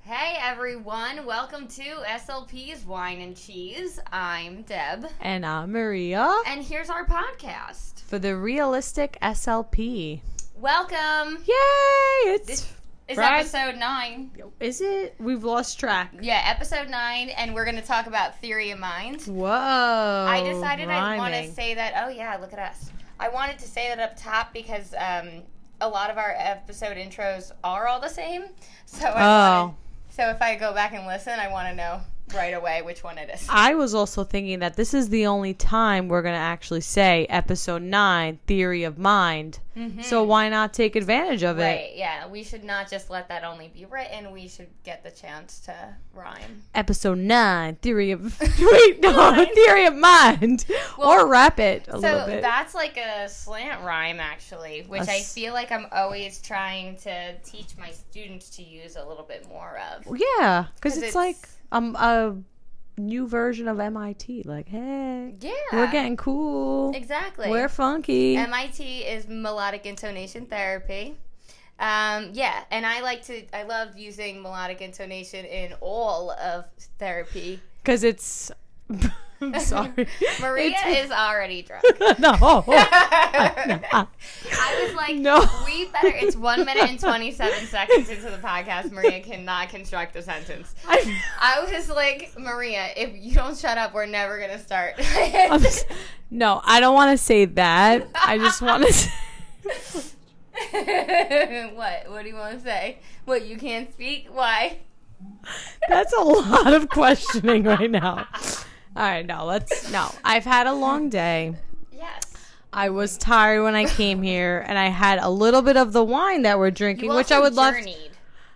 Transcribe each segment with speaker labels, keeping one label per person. Speaker 1: Hey everyone, welcome to SLP's Wine and Cheese. I'm Deb,
Speaker 2: And I'm Maria
Speaker 1: and here's our podcast.
Speaker 2: for the realistic SLP.
Speaker 1: Welcome.
Speaker 2: Yay! It's
Speaker 1: This- It's
Speaker 2: Right.
Speaker 1: episode 9.
Speaker 2: is it? We've lost track.
Speaker 1: Yeah, episode 9 and we're going to talk about theory of mind.
Speaker 2: Whoa!
Speaker 1: I decided I want to
Speaker 2: Oh, rhyming.
Speaker 1: say that. Oh yeah, look at us. I wanted to say that up top because um a lot of our episode intros are all the same. So I
Speaker 2: Oh,
Speaker 1: wanted- so if I go back and listen, I want to know right away which one it is.
Speaker 2: I was also thinking that this is the only time we're gonna actually say episode nine, theory of mind. So why not take advantage of it?
Speaker 1: Mm-hmm. Right, yeah. We should not just let that only be written. We should get the chance to rhyme.
Speaker 2: Episode nine, theory of wait, no, theory of mind, or wrap it a
Speaker 1: So
Speaker 2: little bit.
Speaker 1: that's like a slant rhyme, actually, which
Speaker 2: A
Speaker 1: I
Speaker 2: s-
Speaker 1: feel like I'm always trying to teach my students to use a little bit more of.
Speaker 2: yeah, because
Speaker 1: 'Cause
Speaker 2: it's,
Speaker 1: it's-
Speaker 2: like um a new version of MIT. Like, hey,
Speaker 1: Yeah.
Speaker 2: we're getting cool.
Speaker 1: Exactly.
Speaker 2: We're funky.
Speaker 1: MIT is melodic intonation therapy. Um, yeah, and I like to, I love using melodic intonation in all of therapy.
Speaker 2: Because it's. I'm sorry.
Speaker 1: Maria
Speaker 2: It's- Oh,
Speaker 1: is already drunk.
Speaker 2: no.
Speaker 1: I was like,
Speaker 2: No.
Speaker 1: we better. It's one minute and 27 seconds into the podcast. Maria cannot construct a sentence.
Speaker 2: I'm,
Speaker 1: I was like, Maria, if you don't shut up, we're never going to start.
Speaker 2: I'm s- no, I don't want to say that. I just want to say.
Speaker 1: what? What do you want to say? What, you can't speak? Why?
Speaker 2: That's a lot of questioning right now. All right, no, let's. No, I've had a long day.
Speaker 1: Yes.
Speaker 2: I was tired when I came here, and I had a little bit of the wine that we're drinking,
Speaker 1: You
Speaker 2: which I
Speaker 1: also
Speaker 2: would love.
Speaker 1: journeyed.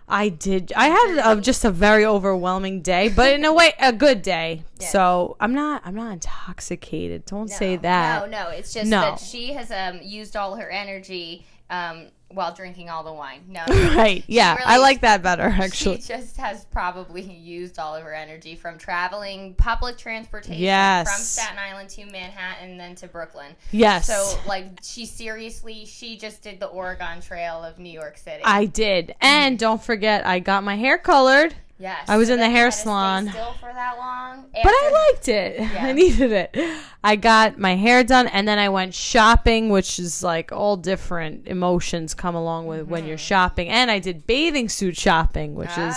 Speaker 2: I did. I had a, just a very overwhelming day, but in a way, a good day. So I'm not. I'm not intoxicated. Don't say
Speaker 1: No,
Speaker 2: that.
Speaker 1: No, no. It's just
Speaker 2: No.
Speaker 1: that she has um, used all her energy um, while drinking all the wine. No, no.
Speaker 2: Right. Yeah. I
Speaker 1: really-
Speaker 2: like that better,
Speaker 1: She
Speaker 2: actually.
Speaker 1: just has probably used all of her energy from traveling public transportation
Speaker 2: Yes.
Speaker 1: from Staten Island to Manhattan and then to Brooklyn.
Speaker 2: yes.
Speaker 1: So like she seriously she just did the Oregon Trail of New York City.
Speaker 2: I did. And don't forget, I got my hair colored,
Speaker 1: yes.
Speaker 2: I was
Speaker 1: So
Speaker 2: in the
Speaker 1: then you
Speaker 2: hair
Speaker 1: had to stay
Speaker 2: salon.
Speaker 1: still for that long.
Speaker 2: but I liked it. I needed it. I got my hair done, and then I went shopping, which is like all different emotions come along with when
Speaker 1: Mm-hmm.
Speaker 2: you're shopping. And I did bathing suit shopping, which is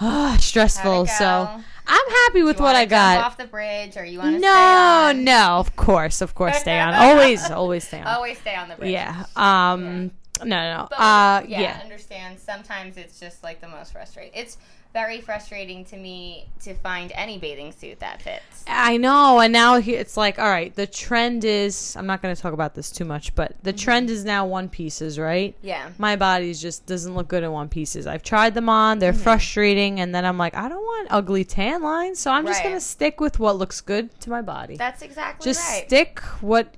Speaker 1: Oh.
Speaker 2: ah,
Speaker 1: How'd
Speaker 2: stressful.
Speaker 1: it
Speaker 2: So
Speaker 1: go?
Speaker 2: I'm happy with
Speaker 1: You
Speaker 2: what
Speaker 1: wanna
Speaker 2: I
Speaker 1: jump
Speaker 2: got.
Speaker 1: off the bridge or you want to
Speaker 2: No, no, of course, of course, stay on. Always, always stay on.
Speaker 1: Always stay on the bridge.
Speaker 2: yeah. Um. No, no.
Speaker 1: But,
Speaker 2: uh.
Speaker 1: yeah,
Speaker 2: Yeah.
Speaker 1: I understand. Sometimes it's just like the most frustrating. It's very frustrating to me to find any bathing suit that fits.
Speaker 2: I know. And now he- it's like, all right. The trend is. I'm not going to talk about this too much, but the
Speaker 1: Mm-hmm.
Speaker 2: trend is now one pieces, right?
Speaker 1: Yeah.
Speaker 2: My body's just doesn't look good in one pieces. I've tried them on.
Speaker 1: Mm-hmm.
Speaker 2: They're frustrating, and then I'm like, I don't want ugly tan lines, so I'm just
Speaker 1: Right.
Speaker 2: gonna stick with what looks good to my body.
Speaker 1: That's exactly
Speaker 2: just
Speaker 1: right.
Speaker 2: stick what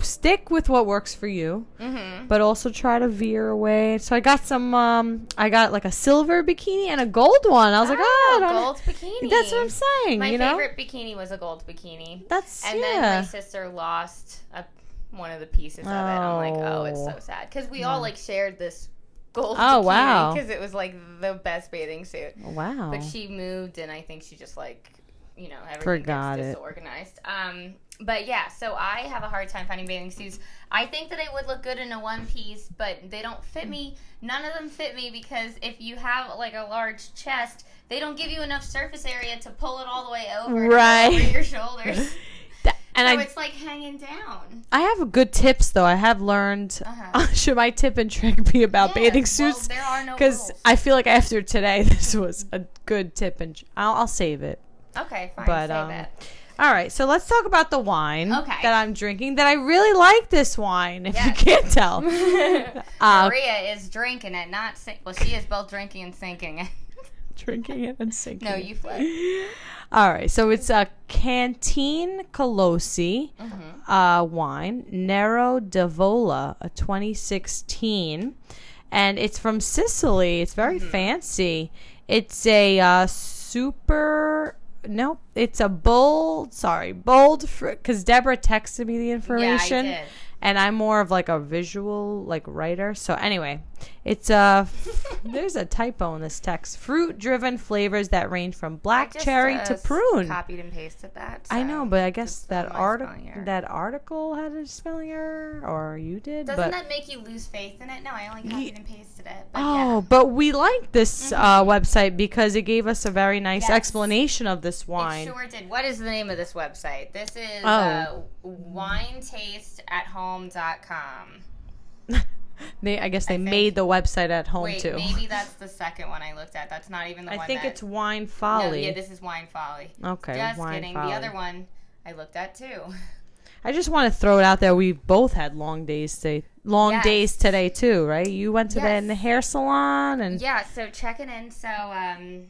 Speaker 2: stick with what works for you
Speaker 1: Mm-hmm.
Speaker 2: but also try to veer away so i got some um i got like a silver bikini and a gold one i was like oh I don't-
Speaker 1: gold bikini.
Speaker 2: that's what i'm saying
Speaker 1: My
Speaker 2: you know
Speaker 1: favorite bikini was a gold bikini.
Speaker 2: that's
Speaker 1: And then
Speaker 2: yeah
Speaker 1: my sister lost a, one of the pieces of it. I'm like, oh, it's so
Speaker 2: Oh.
Speaker 1: sad because we all like shared this gold.
Speaker 2: Oh, wow.
Speaker 1: Because it was like the best bathing suit.
Speaker 2: wow
Speaker 1: But she moved, and I think she just like, you know, everything
Speaker 2: Forgot
Speaker 1: gets
Speaker 2: it.
Speaker 1: disorganized. Um, but yeah, so I have a hard time finding bathing suits. I think that they would look good in a one piece, but they don't fit me. None of them fit me because if you have like a large chest, they don't give you enough surface area to pull it all the way over, to go
Speaker 2: Right.
Speaker 1: over your shoulders.
Speaker 2: Th- and
Speaker 1: so
Speaker 2: i
Speaker 1: it's like hanging down.
Speaker 2: i have good tips though i have learned
Speaker 1: Uh-huh.
Speaker 2: should my tip and trick be about
Speaker 1: Yeah,
Speaker 2: bathing
Speaker 1: well,
Speaker 2: suits
Speaker 1: there are no
Speaker 2: because
Speaker 1: rules.
Speaker 2: i feel like after today this was a good tip and tr- I'll, I'll save it
Speaker 1: Okay, fine,
Speaker 2: But
Speaker 1: save
Speaker 2: um,
Speaker 1: it.
Speaker 2: all right, so let's talk about the wine
Speaker 1: Okay.
Speaker 2: that I'm drinking. That I really like this wine. If
Speaker 1: Yes.
Speaker 2: you can't tell, uh,
Speaker 1: Maria is drinking it, not sink. Well, she is both drinking and sinking it.
Speaker 2: drinking it and sinking.
Speaker 1: no,
Speaker 2: it.
Speaker 1: you flip.
Speaker 2: All right, so it's a Canteen Colosi
Speaker 1: Mm-hmm.
Speaker 2: uh, wine, Nero d'Avola, a 2016, and it's from Sicily. It's very
Speaker 1: Mm-hmm.
Speaker 2: fancy. It's a uh, super. No, it's a bold. Sorry, bold. Because Deborah texted me the
Speaker 1: Yeah, I
Speaker 2: information.
Speaker 1: did.
Speaker 2: and I'm more of like a visual like writer. So anyway, it's uh there's a typo in this text. Fruit driven flavors that range from black
Speaker 1: Just,
Speaker 2: cherry
Speaker 1: uh,
Speaker 2: to
Speaker 1: s-
Speaker 2: prune.
Speaker 1: Copied and pasted that.
Speaker 2: I
Speaker 1: so
Speaker 2: know, but I guess
Speaker 1: just
Speaker 2: that
Speaker 1: my
Speaker 2: article
Speaker 1: spelling error.
Speaker 2: that article had a spelling error, or you did.
Speaker 1: Doesn't
Speaker 2: but
Speaker 1: that make you lose faith in it? No, I only copied and pasted it. But
Speaker 2: oh,
Speaker 1: yeah. Mm-hmm.
Speaker 2: but we like this uh, website because it gave us a very nice
Speaker 1: Yes.
Speaker 2: explanation of this wine.
Speaker 1: It sure did. What is the name of this website? This is
Speaker 2: Oh.
Speaker 1: uh, winetasteathome.com.
Speaker 2: they, I guess they
Speaker 1: think-
Speaker 2: made the website at home
Speaker 1: Wait,
Speaker 2: too.
Speaker 1: maybe that's the second one I looked at. That's not even the
Speaker 2: I
Speaker 1: one.
Speaker 2: think
Speaker 1: that-
Speaker 2: it's wine
Speaker 1: No,
Speaker 2: folly.
Speaker 1: yeah, this is Wine Folly.
Speaker 2: okay,
Speaker 1: Just
Speaker 2: wine
Speaker 1: kidding.
Speaker 2: folly.
Speaker 1: The other one I looked at too.
Speaker 2: I just want to throw it out there. We both had long days today. Long
Speaker 1: Yes.
Speaker 2: days today too, right? You went to
Speaker 1: Yes.
Speaker 2: the hair salon and
Speaker 1: Yeah, so checking in. So um,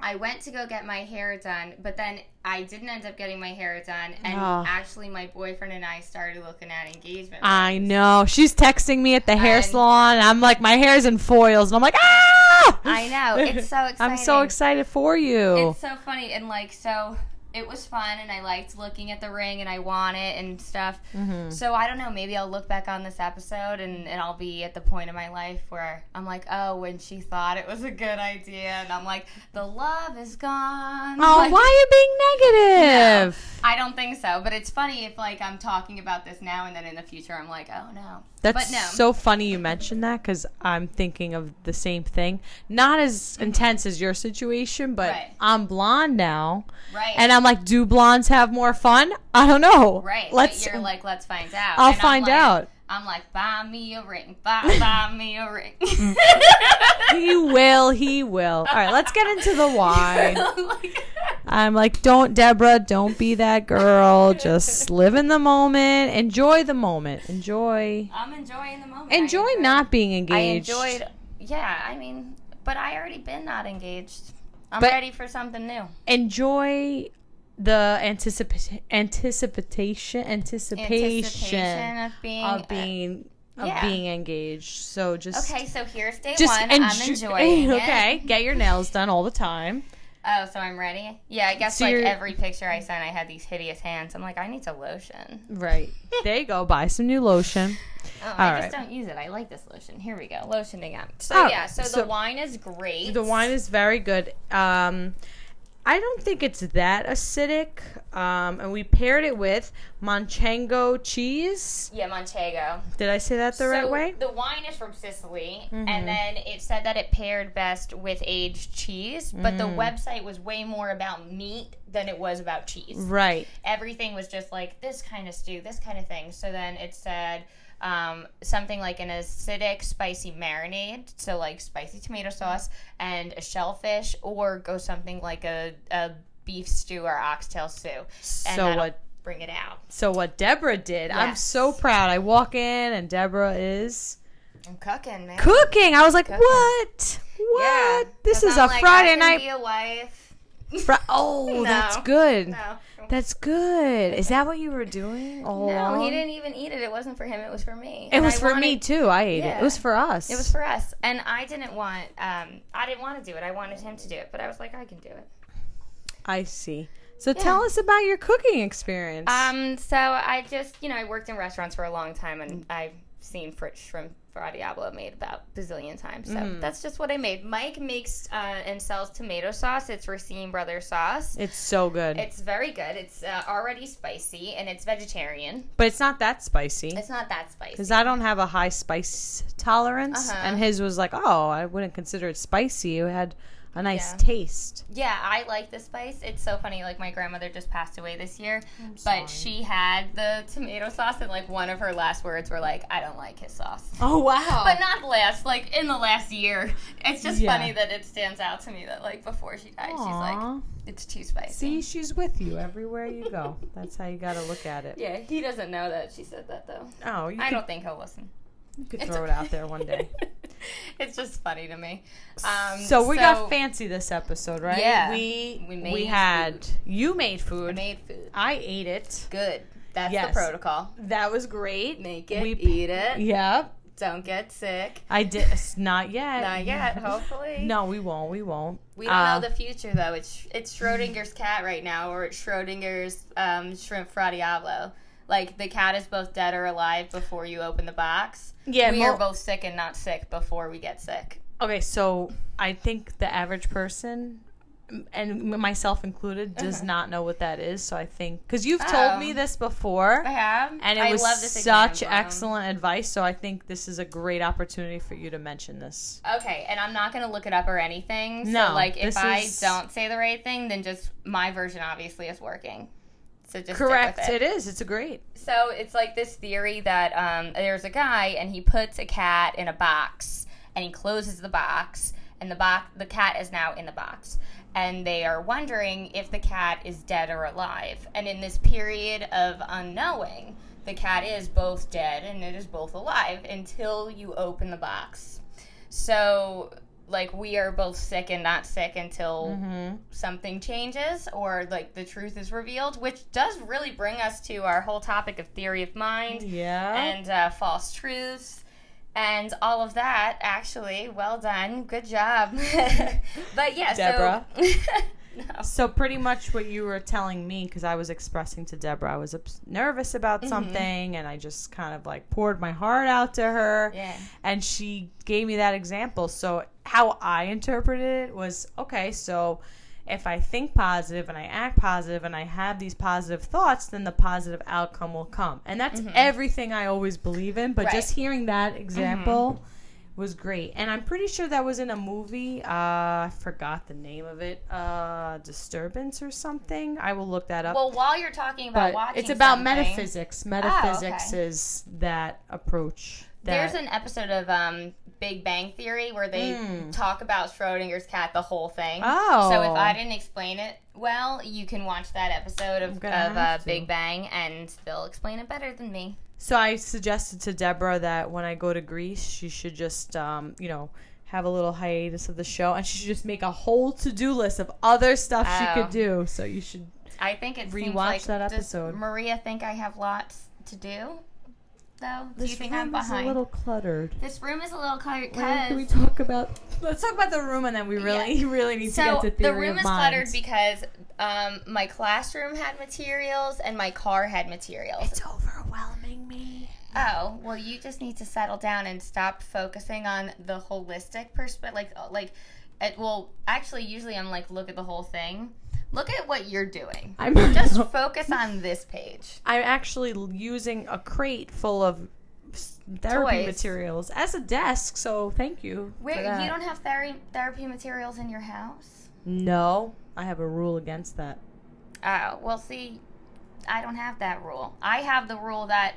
Speaker 1: I went to go get my hair done, but then I didn't end up getting my hair done. And
Speaker 2: Ah.
Speaker 1: actually, my boyfriend and I started looking at engagement.
Speaker 2: I know. She's texting me at the hair
Speaker 1: I'm-
Speaker 2: salon. And I'm like, my hair's in foils. And I'm like, ah!
Speaker 1: I know. It's so
Speaker 2: I'm so Oh.
Speaker 1: exciting.
Speaker 2: excited for you.
Speaker 1: It's so funny and like so it was fun and I liked looking at the ring and I want it and stuff.
Speaker 2: Mm-hmm.
Speaker 1: So I don't know, maybe I'll look back on this episode and, and I'll be at the point in my life where I'm like, oh, when she thought it was a good idea and I'm like, the love is gone.
Speaker 2: oh,
Speaker 1: Like,
Speaker 2: why are you being negative?
Speaker 1: I don't think so, but it's funny if like I'm talking about this now and then in the future I'm like, oh no.
Speaker 2: That's
Speaker 1: but no.
Speaker 2: so funny you mentioned that because I'm thinking of the same thing. Not as intense as your situation, but
Speaker 1: Mm-hmm. Right.
Speaker 2: I'm blonde now.
Speaker 1: right.
Speaker 2: And I'm like, do blondes have more fun? I don't know.
Speaker 1: right.
Speaker 2: Let's.
Speaker 1: but you're like, let's find out.
Speaker 2: I'll
Speaker 1: And I'm
Speaker 2: find
Speaker 1: like-
Speaker 2: out.
Speaker 1: I'm like, buy me a ring, buy, buy me a ring.
Speaker 2: He will. He will. All right, let's get into the wine.
Speaker 1: Like-
Speaker 2: I'm like, don't, Deborah, don't be that girl. Just live in the moment. Enjoy the moment. Enjoy.
Speaker 1: I'm enjoying the moment. I
Speaker 2: Enjoy
Speaker 1: enjoyed-
Speaker 2: not being
Speaker 1: I
Speaker 2: engaged.
Speaker 1: enjoyed. Yeah, I mean, but I already been not engaged. I'm
Speaker 2: But-
Speaker 1: ready for something new.
Speaker 2: Enjoy the anticipa- anticipation, anticipation
Speaker 1: of being.
Speaker 2: of being of
Speaker 1: yeah.
Speaker 2: being engaged. So just
Speaker 1: okay, so here's day
Speaker 2: just
Speaker 1: one. I'm
Speaker 2: enjo-
Speaker 1: enjoying it.
Speaker 2: okay, get your nails done all the time.
Speaker 1: Oh, so I'm ready. Yeah, I guess
Speaker 2: So
Speaker 1: like
Speaker 2: you're-
Speaker 1: every picture I sent, I had these hideous hands. I'm like, I need to lotion.
Speaker 2: Right there, you go. Buy some new lotion.
Speaker 1: Oh, I
Speaker 2: All
Speaker 1: just
Speaker 2: right.
Speaker 1: don't use it. I like this lotion. Here we go, lotioning up. So
Speaker 2: Oh,
Speaker 1: yeah, so,
Speaker 2: so-
Speaker 1: the wine is great.
Speaker 2: The wine is very good. Um, I don't think it's that acidic. Um, and we paired it with Manchego cheese.
Speaker 1: Yeah, Montego.
Speaker 2: Did I say that the right
Speaker 1: So,
Speaker 2: way? Mm-hmm.
Speaker 1: The wine is from Sicily, and then it said that it paired best with aged cheese, but the
Speaker 2: Mm.
Speaker 1: website was way more about meat than it was about cheese.
Speaker 2: Right.
Speaker 1: Everything was just like this kind of stew, this kind of thing. So then it said um, something like an acidic, spicy marinade, so like spicy tomato sauce and a shellfish, or go something like a, a beef stew or oxtail stew. And
Speaker 2: So
Speaker 1: that'll
Speaker 2: what-
Speaker 1: Bring it out.
Speaker 2: So what Deborah did, I'm
Speaker 1: Yes.
Speaker 2: so proud. I walk in and Deborah is
Speaker 1: I'm cooking, man.
Speaker 2: cooking. I was like, what? What?
Speaker 1: Yeah,
Speaker 2: this
Speaker 1: 'cause
Speaker 2: is
Speaker 1: I'm
Speaker 2: a
Speaker 1: like, I
Speaker 2: Friday
Speaker 1: can
Speaker 2: night.
Speaker 1: Be a wife.
Speaker 2: Fri- oh,
Speaker 1: No.
Speaker 2: that's good.
Speaker 1: No.
Speaker 2: That's good. Is that what you were doing all
Speaker 1: No,
Speaker 2: along?
Speaker 1: he didn't even eat it. It wasn't for him. It was for me.
Speaker 2: It was for me too. I ate it.
Speaker 1: Yeah.
Speaker 2: It was for us.
Speaker 1: It was for us, and I didn't want. Um, I didn't want to do it. I wanted him to do it, but I was like, I can do it.
Speaker 2: I see. So tell us about your cooking experience.
Speaker 1: Um, so I just, you know, I worked in restaurants for a long time, and I've seen Fritz shrimp fra diablo made about bazillion times. So that's just what I made. Mike makes uh, and sells tomato sauce. It's Racine Brothers sauce.
Speaker 2: it's so good,
Speaker 1: It's very good. It's uh, already spicy, and it's vegetarian.
Speaker 2: but it's not that spicy
Speaker 1: It's not that spicy.
Speaker 2: because I don't have a high spice tolerance,
Speaker 1: Uh-huh.
Speaker 2: and his was like, oh, I wouldn't consider it spicy. It had a nice
Speaker 1: Yeah.
Speaker 2: taste.
Speaker 1: Yeah, I like the spice. It's so funny. Like my grandmother just passed away this year, but
Speaker 2: sorry.
Speaker 1: she had the tomato sauce, and like one of her last words were like, "I don't like his sauce."
Speaker 2: Oh wow!
Speaker 1: But not last, like in the last year. It's just
Speaker 2: Yeah.
Speaker 1: funny that it stands out to me that like before she died, she's like,
Speaker 2: Aw.
Speaker 1: "It's too spicy."
Speaker 2: see, she's with you everywhere you go. That's how you got to look at it.
Speaker 1: Yeah, he doesn't know that she said that though.
Speaker 2: Oh, you
Speaker 1: I
Speaker 2: could,
Speaker 1: don't think he'll listen.
Speaker 2: you could
Speaker 1: It's
Speaker 2: throw it
Speaker 1: okay.
Speaker 2: out there one day.
Speaker 1: it's just funny to me. Um,
Speaker 2: so we got fancy this episode, right?
Speaker 1: Yeah.
Speaker 2: We
Speaker 1: We
Speaker 2: we,
Speaker 1: made
Speaker 2: had you made food.
Speaker 1: made food.
Speaker 2: I ate it.
Speaker 1: Good. That's
Speaker 2: Yes.
Speaker 1: the protocol.
Speaker 2: That was great.
Speaker 1: Make it,
Speaker 2: We-
Speaker 1: eat it.
Speaker 2: Yep.
Speaker 1: Don't get sick.
Speaker 2: I did. s- Not yet.
Speaker 1: Not yet, hopefully.
Speaker 2: No, we won't. We won't.
Speaker 1: We don't
Speaker 2: Uh,
Speaker 1: know the future though. It's it's Schrodinger's cat right now, or it's Schrodinger's um, shrimp fra diablo. like the cat is both dead or alive before you open the box.
Speaker 2: Yeah,
Speaker 1: we
Speaker 2: mo-
Speaker 1: are both sick and not sick before we get sick.
Speaker 2: Okay, so I think the average person, m- and m- myself included, does not know what that is. So I think because you've told
Speaker 1: Uh-huh.
Speaker 2: me
Speaker 1: Oh.
Speaker 2: this before,
Speaker 1: I have,
Speaker 2: and it
Speaker 1: I
Speaker 2: was
Speaker 1: love this
Speaker 2: such
Speaker 1: example.
Speaker 2: excellent advice. So I think this is a great opportunity for you to mention this.
Speaker 1: Okay, and I'm not gonna look it up or anything. So
Speaker 2: No,
Speaker 1: like if
Speaker 2: this
Speaker 1: I
Speaker 2: is-
Speaker 1: don't say the right thing, then just my version obviously is working. So just stick
Speaker 2: Correct.
Speaker 1: with it.
Speaker 2: it is. It's a great.
Speaker 1: So it's like this theory that um, there's a guy and he puts a cat in a box and he closes the box and the box the cat is now in the box and they are wondering if the cat is dead or alive and in this period of unknowing the cat is both dead and it is both alive until you open the box so like we are both sick and not sick until
Speaker 2: Mm-hmm.
Speaker 1: something changes or like the truth is revealed, which does really bring us to our whole topic of theory of mind
Speaker 2: Yeah.
Speaker 1: and uh, false truths and all of that. Actually, well done, good job. but yeah,
Speaker 2: Deborah.
Speaker 1: So, no.
Speaker 2: so pretty much what you were telling me, because I was expressing to Deborah, I was ups- nervous about
Speaker 1: Mm-hmm.
Speaker 2: something, and I just kind of like poured my heart out to her.
Speaker 1: Yeah.
Speaker 2: and she gave me that example. So how I interpreted it was okay, so if I think positive and I act positive and I have these positive thoughts, then the positive outcome will come. And that's everything I always believe in,
Speaker 1: Mm-hmm.
Speaker 2: but
Speaker 1: Right. Mm-hmm.
Speaker 2: just hearing that example was great. And I'm pretty sure that was in a movie. Uh, I forgot the name of it. Uh, Disturbance or something. I will look that up.
Speaker 1: Well, while you're talking about
Speaker 2: but
Speaker 1: watching,
Speaker 2: it's about
Speaker 1: something, Oh,
Speaker 2: metaphysics. Metaphysics
Speaker 1: okay.
Speaker 2: is that approach. That
Speaker 1: There's an episode of um, Big Bang Theory where they
Speaker 2: Mm.
Speaker 1: talk about Schrodinger's cat, the whole thing.
Speaker 2: Oh.
Speaker 1: So if I didn't explain it well, you can watch that episode of,
Speaker 2: I'm
Speaker 1: of
Speaker 2: gonna have
Speaker 1: uh,
Speaker 2: to.
Speaker 1: Big Bang and they'll explain it better than me.
Speaker 2: So I suggested to Deborah that when I go to Greece, she should just, um, you know, have a little hiatus of the show, and she should just make a whole to-do list of other stuff she could
Speaker 1: Oh.
Speaker 2: do. So you should.
Speaker 1: I think it
Speaker 2: Rewatch
Speaker 1: seems like,
Speaker 2: that
Speaker 1: does
Speaker 2: episode.
Speaker 1: Maria think I have lots to do, though? Do
Speaker 2: This
Speaker 1: you think
Speaker 2: room
Speaker 1: I'm
Speaker 2: is
Speaker 1: behind?
Speaker 2: a little cluttered.
Speaker 1: This room is a little cluttered.
Speaker 2: Where can we
Speaker 1: 'cause-
Speaker 2: talk about? Let's talk about the room, and then we really, really need to
Speaker 1: So
Speaker 2: get to theory
Speaker 1: the room
Speaker 2: of
Speaker 1: is
Speaker 2: mind.
Speaker 1: cluttered because um, my classroom had materials and my car had materials.
Speaker 2: it's overwhelming me.
Speaker 1: Oh, well, you just need to settle down and stop focusing on the holistic perspective. Like, uh, like, it, well, actually, usually I'm like, look at the whole thing. Look at what you're doing.
Speaker 2: I'm
Speaker 1: Just focus on this page.
Speaker 2: I'm actually l- using a crate full of s- therapy
Speaker 1: Toys.
Speaker 2: materials as a desk. So thank you. for
Speaker 1: Where
Speaker 2: that.
Speaker 1: you don't have ther- therapy materials in your house?
Speaker 2: No, I have a rule against that.
Speaker 1: Oh, well, see, I don't have that rule. I have the rule that,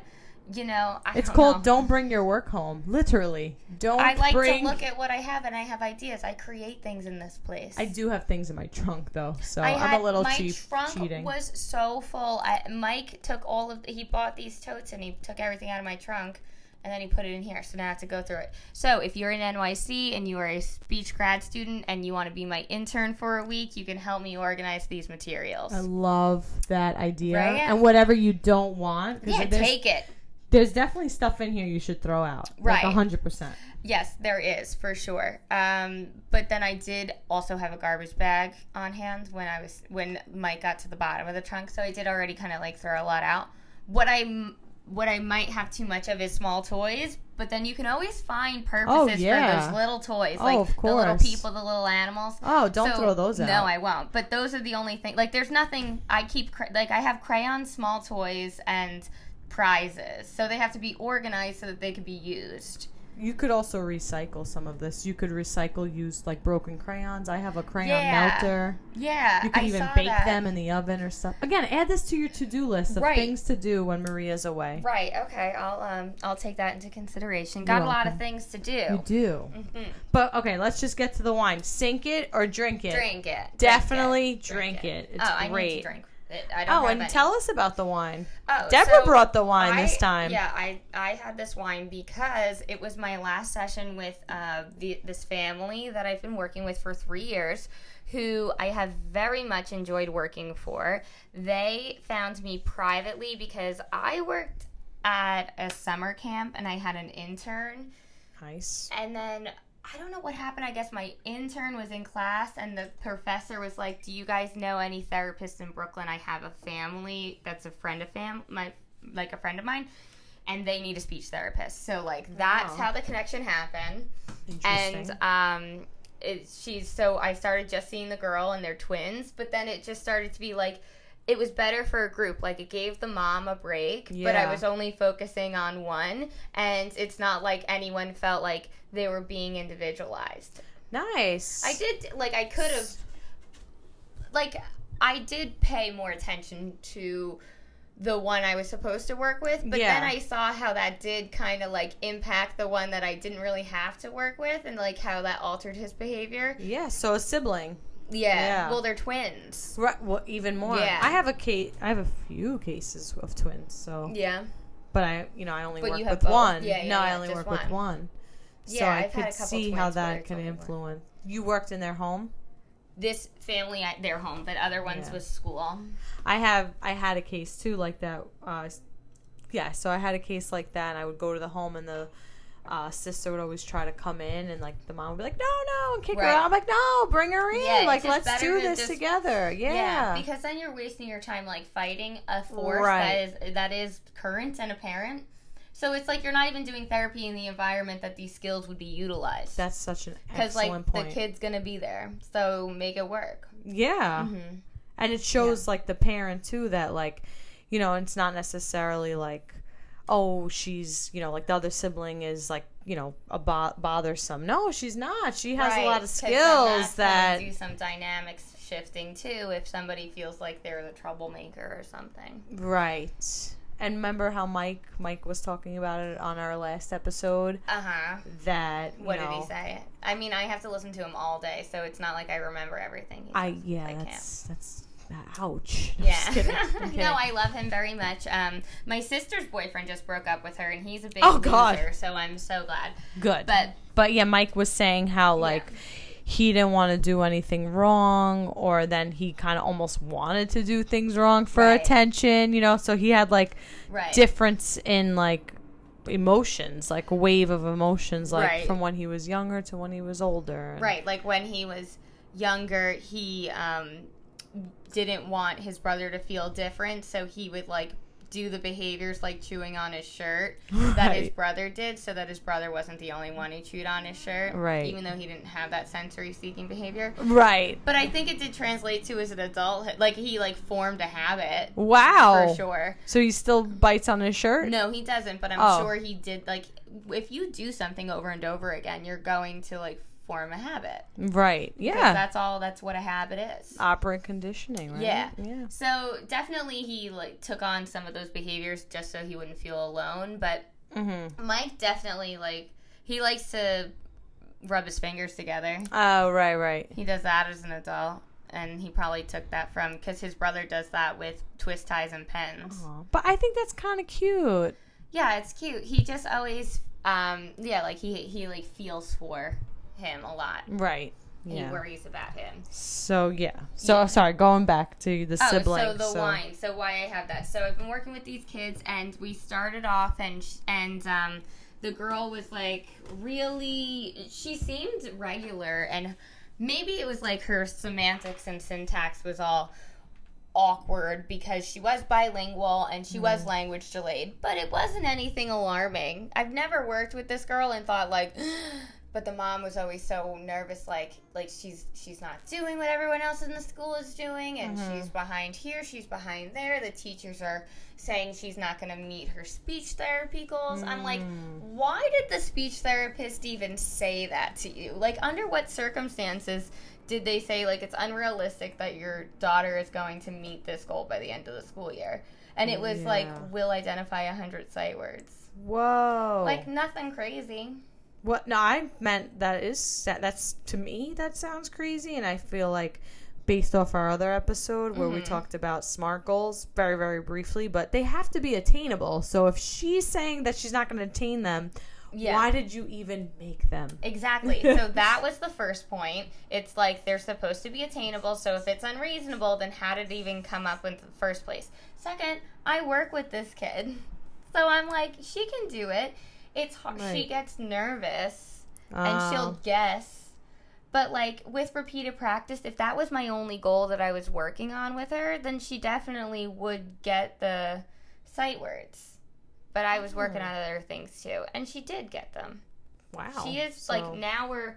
Speaker 1: you know, I
Speaker 2: It's
Speaker 1: don't
Speaker 2: called
Speaker 1: know.
Speaker 2: "Don't bring your work home." Literally, don't
Speaker 1: I like
Speaker 2: bring.
Speaker 1: to look at what I have, and I have ideas. I create things in this place.
Speaker 2: I do have things in my trunk though, so
Speaker 1: I
Speaker 2: Oh, I'm a little
Speaker 1: my
Speaker 2: cheap
Speaker 1: trunk
Speaker 2: cheating.
Speaker 1: was so full. I, Mike took all of he bought these totes and he took everything out of my trunk and then he put it in here. So now I have to go through it. So if you're in NYC and you are a speech grad student and you want to be my intern for a week, you can help me organize these materials.
Speaker 2: I love that idea.
Speaker 1: Right?
Speaker 2: And whatever you don't want, because
Speaker 1: yeah,
Speaker 2: there's,
Speaker 1: take it.
Speaker 2: there's definitely stuff in here you should throw out.
Speaker 1: Right.
Speaker 2: like hundred percent.
Speaker 1: Yes, there is for sure. Um, but then I did also have a garbage bag on hand when I was when Mike got to the bottom of the trunk, so I did already kind of like throw a lot out. What I m- what I might have too much of is small toys, but then you can always find purposes
Speaker 2: yeah.
Speaker 1: for those little toys,
Speaker 2: Oh,
Speaker 1: like
Speaker 2: of
Speaker 1: the little
Speaker 2: course.
Speaker 1: people, the little animals.
Speaker 2: Oh, don't
Speaker 1: So-
Speaker 2: throw those out.
Speaker 1: No, I won't. But those are the only thing. Like, there's nothing. I keep cra- like I have crayons, small toys, and prizes, so they have to be organized so that they can be used.
Speaker 2: You could also recycle some of this. You could recycle used like broken crayons. I have a crayon
Speaker 1: Yeah.
Speaker 2: melter.
Speaker 1: Yeah,
Speaker 2: You can
Speaker 1: I
Speaker 2: even
Speaker 1: saw
Speaker 2: bake
Speaker 1: that.
Speaker 2: them in the oven or stuff. Again, add this to your to-do list of
Speaker 1: Right.
Speaker 2: things to do when Maria's away.
Speaker 1: Right. Okay. I'll um I'll take that into consideration. Got a lot of things to
Speaker 2: You
Speaker 1: do.
Speaker 2: do.
Speaker 1: Mhm.
Speaker 2: But okay, let's just get to the wine. Sink it or drink it.
Speaker 1: Drink it.
Speaker 2: Definitely
Speaker 1: Drink
Speaker 2: drink,
Speaker 1: it.
Speaker 2: it.
Speaker 1: oh,
Speaker 2: It's
Speaker 1: I need
Speaker 2: great.
Speaker 1: to drink. It. I don't
Speaker 2: Oh,
Speaker 1: have
Speaker 2: and
Speaker 1: any.
Speaker 2: tell us about the wine.
Speaker 1: Oh,
Speaker 2: Deborah
Speaker 1: so
Speaker 2: brought the wine this
Speaker 1: I-
Speaker 2: time.
Speaker 1: Yeah, I I had this wine because it was my last session with uh, the, this family that I've been working with for three years, who I have very much enjoyed working for. They found me privately because I worked at a summer camp and I had an intern.
Speaker 2: Nice.
Speaker 1: And then I don't know what happened. I guess my intern was in class, and the professor was like, "Do you guys know any therapists in Brooklyn? I have a family that's a friend of fam my like a friend of mine, and they need a speech therapist. So like that's
Speaker 2: Wow.
Speaker 1: how the connection happened.
Speaker 2: Interesting.
Speaker 1: And um, it, she's so I started just seeing the girl and they're twins, but then it just started to be like it was better for a group. Like it gave the mom a break, but I
Speaker 2: Yeah.
Speaker 1: was only focusing on one, and it's not like anyone felt like they were being individualized.
Speaker 2: nice.
Speaker 1: I did like I could have like I did pay more attention to the one I was supposed to work with, but
Speaker 2: Yeah.
Speaker 1: then I saw how that did kind of like impact the one that I didn't really have to work with and like how that altered his behavior.
Speaker 2: Yeah, so a sibling.
Speaker 1: Yeah.
Speaker 2: Yeah.
Speaker 1: Well, they're twins.
Speaker 2: Right, well, even more.
Speaker 1: Yeah.
Speaker 2: I have a case. I have a few cases of twins. So,
Speaker 1: Yeah.
Speaker 2: but I, you know, I only
Speaker 1: But
Speaker 2: work
Speaker 1: you have
Speaker 2: with
Speaker 1: both.
Speaker 2: one.
Speaker 1: Yeah, yeah,
Speaker 2: no, I
Speaker 1: yeah,
Speaker 2: only
Speaker 1: just
Speaker 2: work with
Speaker 1: one.
Speaker 2: one. so
Speaker 1: Yeah,
Speaker 2: I
Speaker 1: I've
Speaker 2: could
Speaker 1: had a couple
Speaker 2: see how
Speaker 1: twins where
Speaker 2: that
Speaker 1: it's
Speaker 2: could
Speaker 1: only one.
Speaker 2: influence. You worked in their home.
Speaker 1: This family at their home, but other ones
Speaker 2: Yeah.
Speaker 1: was school.
Speaker 2: I have. I had a case too like that. Uh, s- yeah, so I had a case like that, and I would go to the home, and the uh, sister would always try to come in, and like the mom would be like, "No, no," and kick her
Speaker 1: Right.
Speaker 2: out. I'm like, "No, bring her in.
Speaker 1: Yeah, it's
Speaker 2: like,
Speaker 1: just
Speaker 2: let's
Speaker 1: better
Speaker 2: do
Speaker 1: to
Speaker 2: this
Speaker 1: just-
Speaker 2: together." Yeah.
Speaker 1: because then you're wasting your time like fighting a force
Speaker 2: Right.
Speaker 1: that is that is current and apparent. So it's like you're not even doing therapy in the environment that these skills would be utilized.
Speaker 2: That's such an
Speaker 1: because
Speaker 2: excellent
Speaker 1: like
Speaker 2: point.
Speaker 1: the kid's gonna be there, so make it work.
Speaker 2: yeah.
Speaker 1: Mm-hmm.
Speaker 2: and Uh-huh. it shows like the parent too that like you know it's not necessarily like oh she's you know like the other sibling is like you know a bo- bothersome no she's not she has a lot of skills that
Speaker 1: do some dynamics shifting too. If somebody feels like they're the troublemaker or something,
Speaker 2: right and remember how mike mike was talking about it on our last episode
Speaker 1: uh huh.
Speaker 2: that you
Speaker 1: What did
Speaker 2: know,
Speaker 1: he say? I mean, I have to listen to him all day, so it's not like I remember everything. He
Speaker 2: i yeah
Speaker 1: I can't.
Speaker 2: that's that's ouch No,
Speaker 1: Yeah.
Speaker 2: just kidding. I'm kidding.
Speaker 1: no, I love him very much. Um, my sister's boyfriend just broke up with her, and he's a big
Speaker 2: Oh, God.
Speaker 1: loser, so I'm so glad.
Speaker 2: good
Speaker 1: But
Speaker 2: But yeah, Mike was saying how like he didn't want to do anything wrong, or then he kind of almost wanted to do things wrong for
Speaker 1: Right.
Speaker 2: attention, you know. So he had like
Speaker 1: right,
Speaker 2: difference in like emotions, like a wave of emotions, like
Speaker 1: Right.
Speaker 2: from when he was younger to when he was older. and-
Speaker 1: right, like when he was younger, he um didn't want his brother to feel different, so he would like do the behaviors like chewing on his shirt that his
Speaker 2: Right.
Speaker 1: brother did, so that his brother wasn't the only one who chewed on his shirt,
Speaker 2: Right.
Speaker 1: Even though he didn't have that sensory seeking behavior.
Speaker 2: Right.
Speaker 1: But I think it did translate to as an adult, like he like formed a habit
Speaker 2: Wow.
Speaker 1: for sure.
Speaker 2: So he still bites on his shirt.
Speaker 1: No, he doesn't, but I'm
Speaker 2: Oh.
Speaker 1: sure he did. Like, if you do something over and over again, you're going to, like, form a habit. 'Cause
Speaker 2: Right. Yeah. Uh,
Speaker 1: That's all, that's what a habit is.
Speaker 2: Operant conditioning. Right.
Speaker 1: Yeah.
Speaker 2: Yeah.
Speaker 1: So, definitely, he, like, took on some of those behaviors just so he wouldn't feel alone, but
Speaker 2: Mm-hmm.
Speaker 1: Mike definitely, like, he likes to rub his fingers together.
Speaker 2: Oh, right, right.
Speaker 1: He does that as an adult, and he probably took that from, because his brother does that with twist ties and pens.
Speaker 2: Aw, But I think that's kind of cute.
Speaker 1: Yeah, it's cute. He just always, um, yeah, like he he like feels for him a lot.
Speaker 2: Right.
Speaker 1: He worries about him.
Speaker 2: So yeah. So sorry, going back to the
Speaker 1: Oh,
Speaker 2: siblings.
Speaker 1: so the wine. So why I have that. So I've been working with these kids, and we started off, and sh- and um, the girl was like really. She seemed regular, and maybe it was like her semantics and syntax was all awkward because she was bilingual and she was language delayed, but it wasn't anything alarming. I've never worked with this girl and thought like but the mom was always so nervous like like she's she's not doing what everyone else in the school is doing and she's behind here, she's behind there. The teachers are saying she's not going to meet her speech therapy goals. I'm like, "Why did the speech therapist even say that to you? Like under what circumstances did they say like it's unrealistic that your daughter is going to meet this goal by the end of the school year and it was
Speaker 2: Oh, Yeah.
Speaker 1: like will identify 100 sight words
Speaker 2: Whoa.
Speaker 1: like nothing crazy
Speaker 2: what? No, I meant that is that, that's to me that sounds crazy, and I feel like based off our other episode where
Speaker 1: Mm-hmm.
Speaker 2: we talked about smart goals very very briefly, but they have to be attainable. So if she's saying that she's not going to attain them,
Speaker 1: yeah
Speaker 2: why did you even make them?
Speaker 1: exactly so that was the first point it's like they're supposed to be attainable so if it's unreasonable then how did it even come up in the first place second i work with this kid so i'm like she can do it it's hard she
Speaker 2: Right.
Speaker 1: gets nervous and she'll
Speaker 2: Um,
Speaker 1: guess. But like with repeated practice, if that was my only goal that I was working on with her, then she definitely would get the sight words, but I was working
Speaker 2: Oh.
Speaker 1: on other things too, and she did get them.
Speaker 2: Wow.
Speaker 1: She is
Speaker 2: So
Speaker 1: like now we're.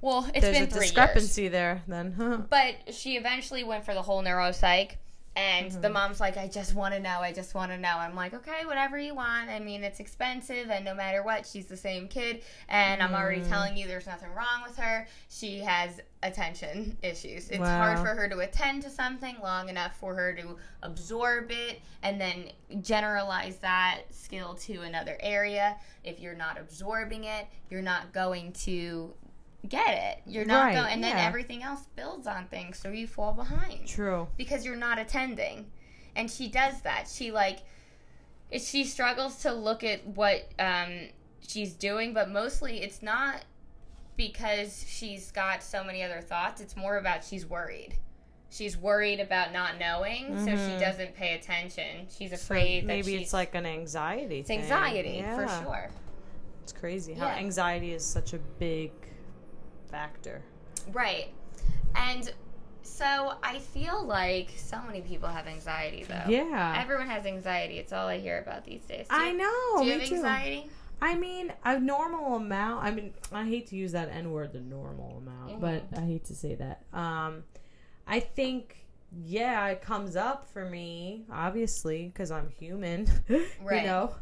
Speaker 1: Well, it's
Speaker 2: There's
Speaker 1: been
Speaker 2: a
Speaker 1: three years.
Speaker 2: discrepancy there then. huh?
Speaker 1: But she eventually went for the whole neuropsych. And
Speaker 2: Mm-hmm.
Speaker 1: the mom's like, I just want to know. I just want to know. I'm like, okay, whatever you want. I mean, it's expensive, and no matter what, she's the same kid. And I'm already
Speaker 2: Mm-hmm.
Speaker 1: telling you there's nothing wrong with her. She has attention issues. It's hard
Speaker 2: Wow.
Speaker 1: for her to attend to something long enough for her to absorb it and then generalize that skill to another area. If you're not absorbing it, you're not going to get it. You're not
Speaker 2: Right,
Speaker 1: going, and then
Speaker 2: yeah.
Speaker 1: everything else builds on things, so you fall behind
Speaker 2: True.
Speaker 1: because you're not attending. And she does that. She like, she struggles to look at what um, she's doing, but mostly it's not because she's got so many other thoughts. It's more about she's worried. She's worried about not knowing, so she doesn't pay attention. She's
Speaker 2: Mm-hmm. So
Speaker 1: afraid that
Speaker 2: maybe
Speaker 1: she's,
Speaker 2: it's like an anxiety.
Speaker 1: it's anxiety for sure.
Speaker 2: It's crazy how
Speaker 1: Yeah.
Speaker 2: anxiety is such a big factor.
Speaker 1: Right. And so I feel like so many people have anxiety though.
Speaker 2: Yeah.
Speaker 1: Everyone has anxiety. It's all I hear about these days. Do
Speaker 2: I
Speaker 1: you-
Speaker 2: know.
Speaker 1: Do you
Speaker 2: me
Speaker 1: have
Speaker 2: too.
Speaker 1: anxiety?
Speaker 2: I mean, a normal amount. I mean, I hate to use that N word, the normal amount, but I hate to say that. Um, I think, yeah, it comes up for me, obviously, because I'm human.
Speaker 1: Right.
Speaker 2: You know,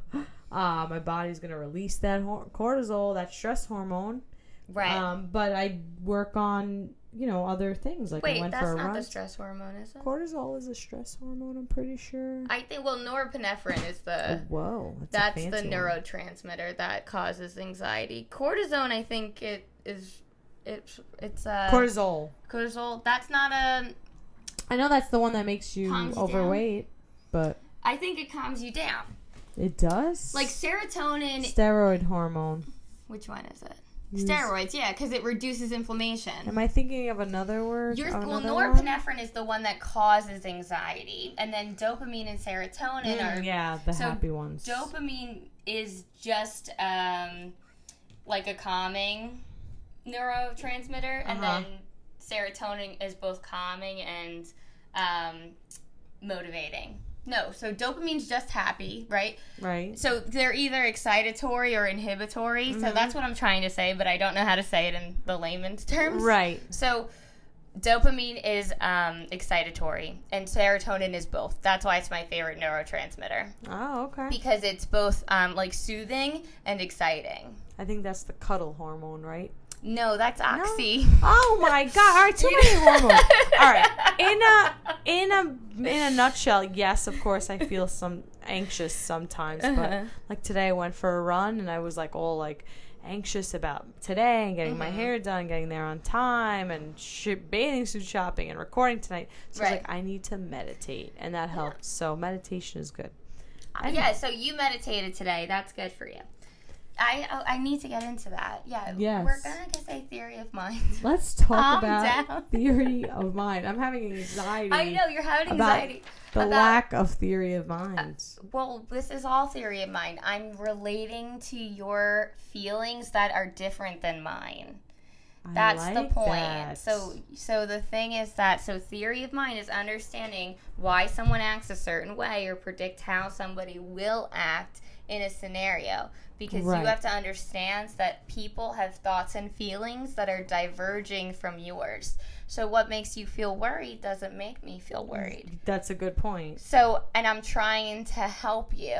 Speaker 2: uh, my body's going to release that hor- cortisol, that stress hormone.
Speaker 1: Right.
Speaker 2: Um, but I work on, you know, other things. Like, I
Speaker 1: Wait,
Speaker 2: went
Speaker 1: that's
Speaker 2: for a
Speaker 1: not
Speaker 2: run.
Speaker 1: the stress hormone, is it?
Speaker 2: cortisol is a stress hormone, I'm pretty sure.
Speaker 1: I think well norepinephrine is the
Speaker 2: Oh, Whoa. a
Speaker 1: that's the
Speaker 2: fancy one.
Speaker 1: neurotransmitter that causes anxiety. Cortisone I think it is it's it's uh
Speaker 2: Cortisol.
Speaker 1: cortisol. That's not a
Speaker 2: I know that's the one that makes you
Speaker 1: Calms you down.
Speaker 2: overweight, but
Speaker 1: I think it calms you down.
Speaker 2: it does.
Speaker 1: Like serotonin
Speaker 2: steroid hormone.
Speaker 1: which one is it? Steroids, yeah, cuz it reduces inflammation.
Speaker 2: Am I thinking of another word?
Speaker 1: Your,
Speaker 2: Or
Speaker 1: well,
Speaker 2: another one?
Speaker 1: norepinephrine is the one that causes anxiety, and then dopamine and serotonin are.
Speaker 2: Mm, yeah, the
Speaker 1: So,
Speaker 2: happy ones.
Speaker 1: Dopamine is just um, like a calming neurotransmitter, and
Speaker 2: Uh-huh.
Speaker 1: then serotonin is both calming and um, motivating. No, so dopamine's just happy, right?
Speaker 2: Right.
Speaker 1: So they're either excitatory or inhibitory. So that's what I'm trying to say, but I don't know how to say it in the layman's terms.
Speaker 2: Right.
Speaker 1: So dopamine is um, excitatory, and serotonin is both. That's why it's my favorite neurotransmitter
Speaker 2: Oh, okay.
Speaker 1: because it's both um, like soothing and exciting.
Speaker 2: I think that's the cuddle hormone, right?
Speaker 1: No, that's oxy.
Speaker 2: Oh my god! All right, too many hormones. All right. In a in a in a nutshell, yes, of course, I feel some anxious sometimes,
Speaker 1: Uh-huh.
Speaker 2: but like today, I went for a run and I was like all like anxious about today and getting my
Speaker 1: Mm-hmm.
Speaker 2: hair done, getting there on time, and sh- bathing suit shopping and recording tonight. So I
Speaker 1: Right.
Speaker 2: was like, I need to meditate, and that helped. So meditation is good.
Speaker 1: yeah. So you meditated today. That's good for you. I oh, I need to get into that. Yeah.
Speaker 2: Yes.
Speaker 1: We're gonna get a theory of mind.
Speaker 2: Let's talk
Speaker 1: Calm about down.
Speaker 2: theory of mind. I'm having anxiety.
Speaker 1: I know you're having
Speaker 2: About-
Speaker 1: anxiety.
Speaker 2: The
Speaker 1: about-
Speaker 2: lack of theory of mind.
Speaker 1: Well, this is all theory of mine. I'm relating to your feelings that are different than mine. That's the point. So so the thing is that so theory of mind is understanding why someone acts a certain way or predict how somebody will act in a scenario because
Speaker 2: Right.
Speaker 1: you have to understand that people have thoughts and feelings that are diverging from yours. So what makes you feel worried doesn't make me feel worried.
Speaker 2: That's a good point.
Speaker 1: So, and I'm trying to help you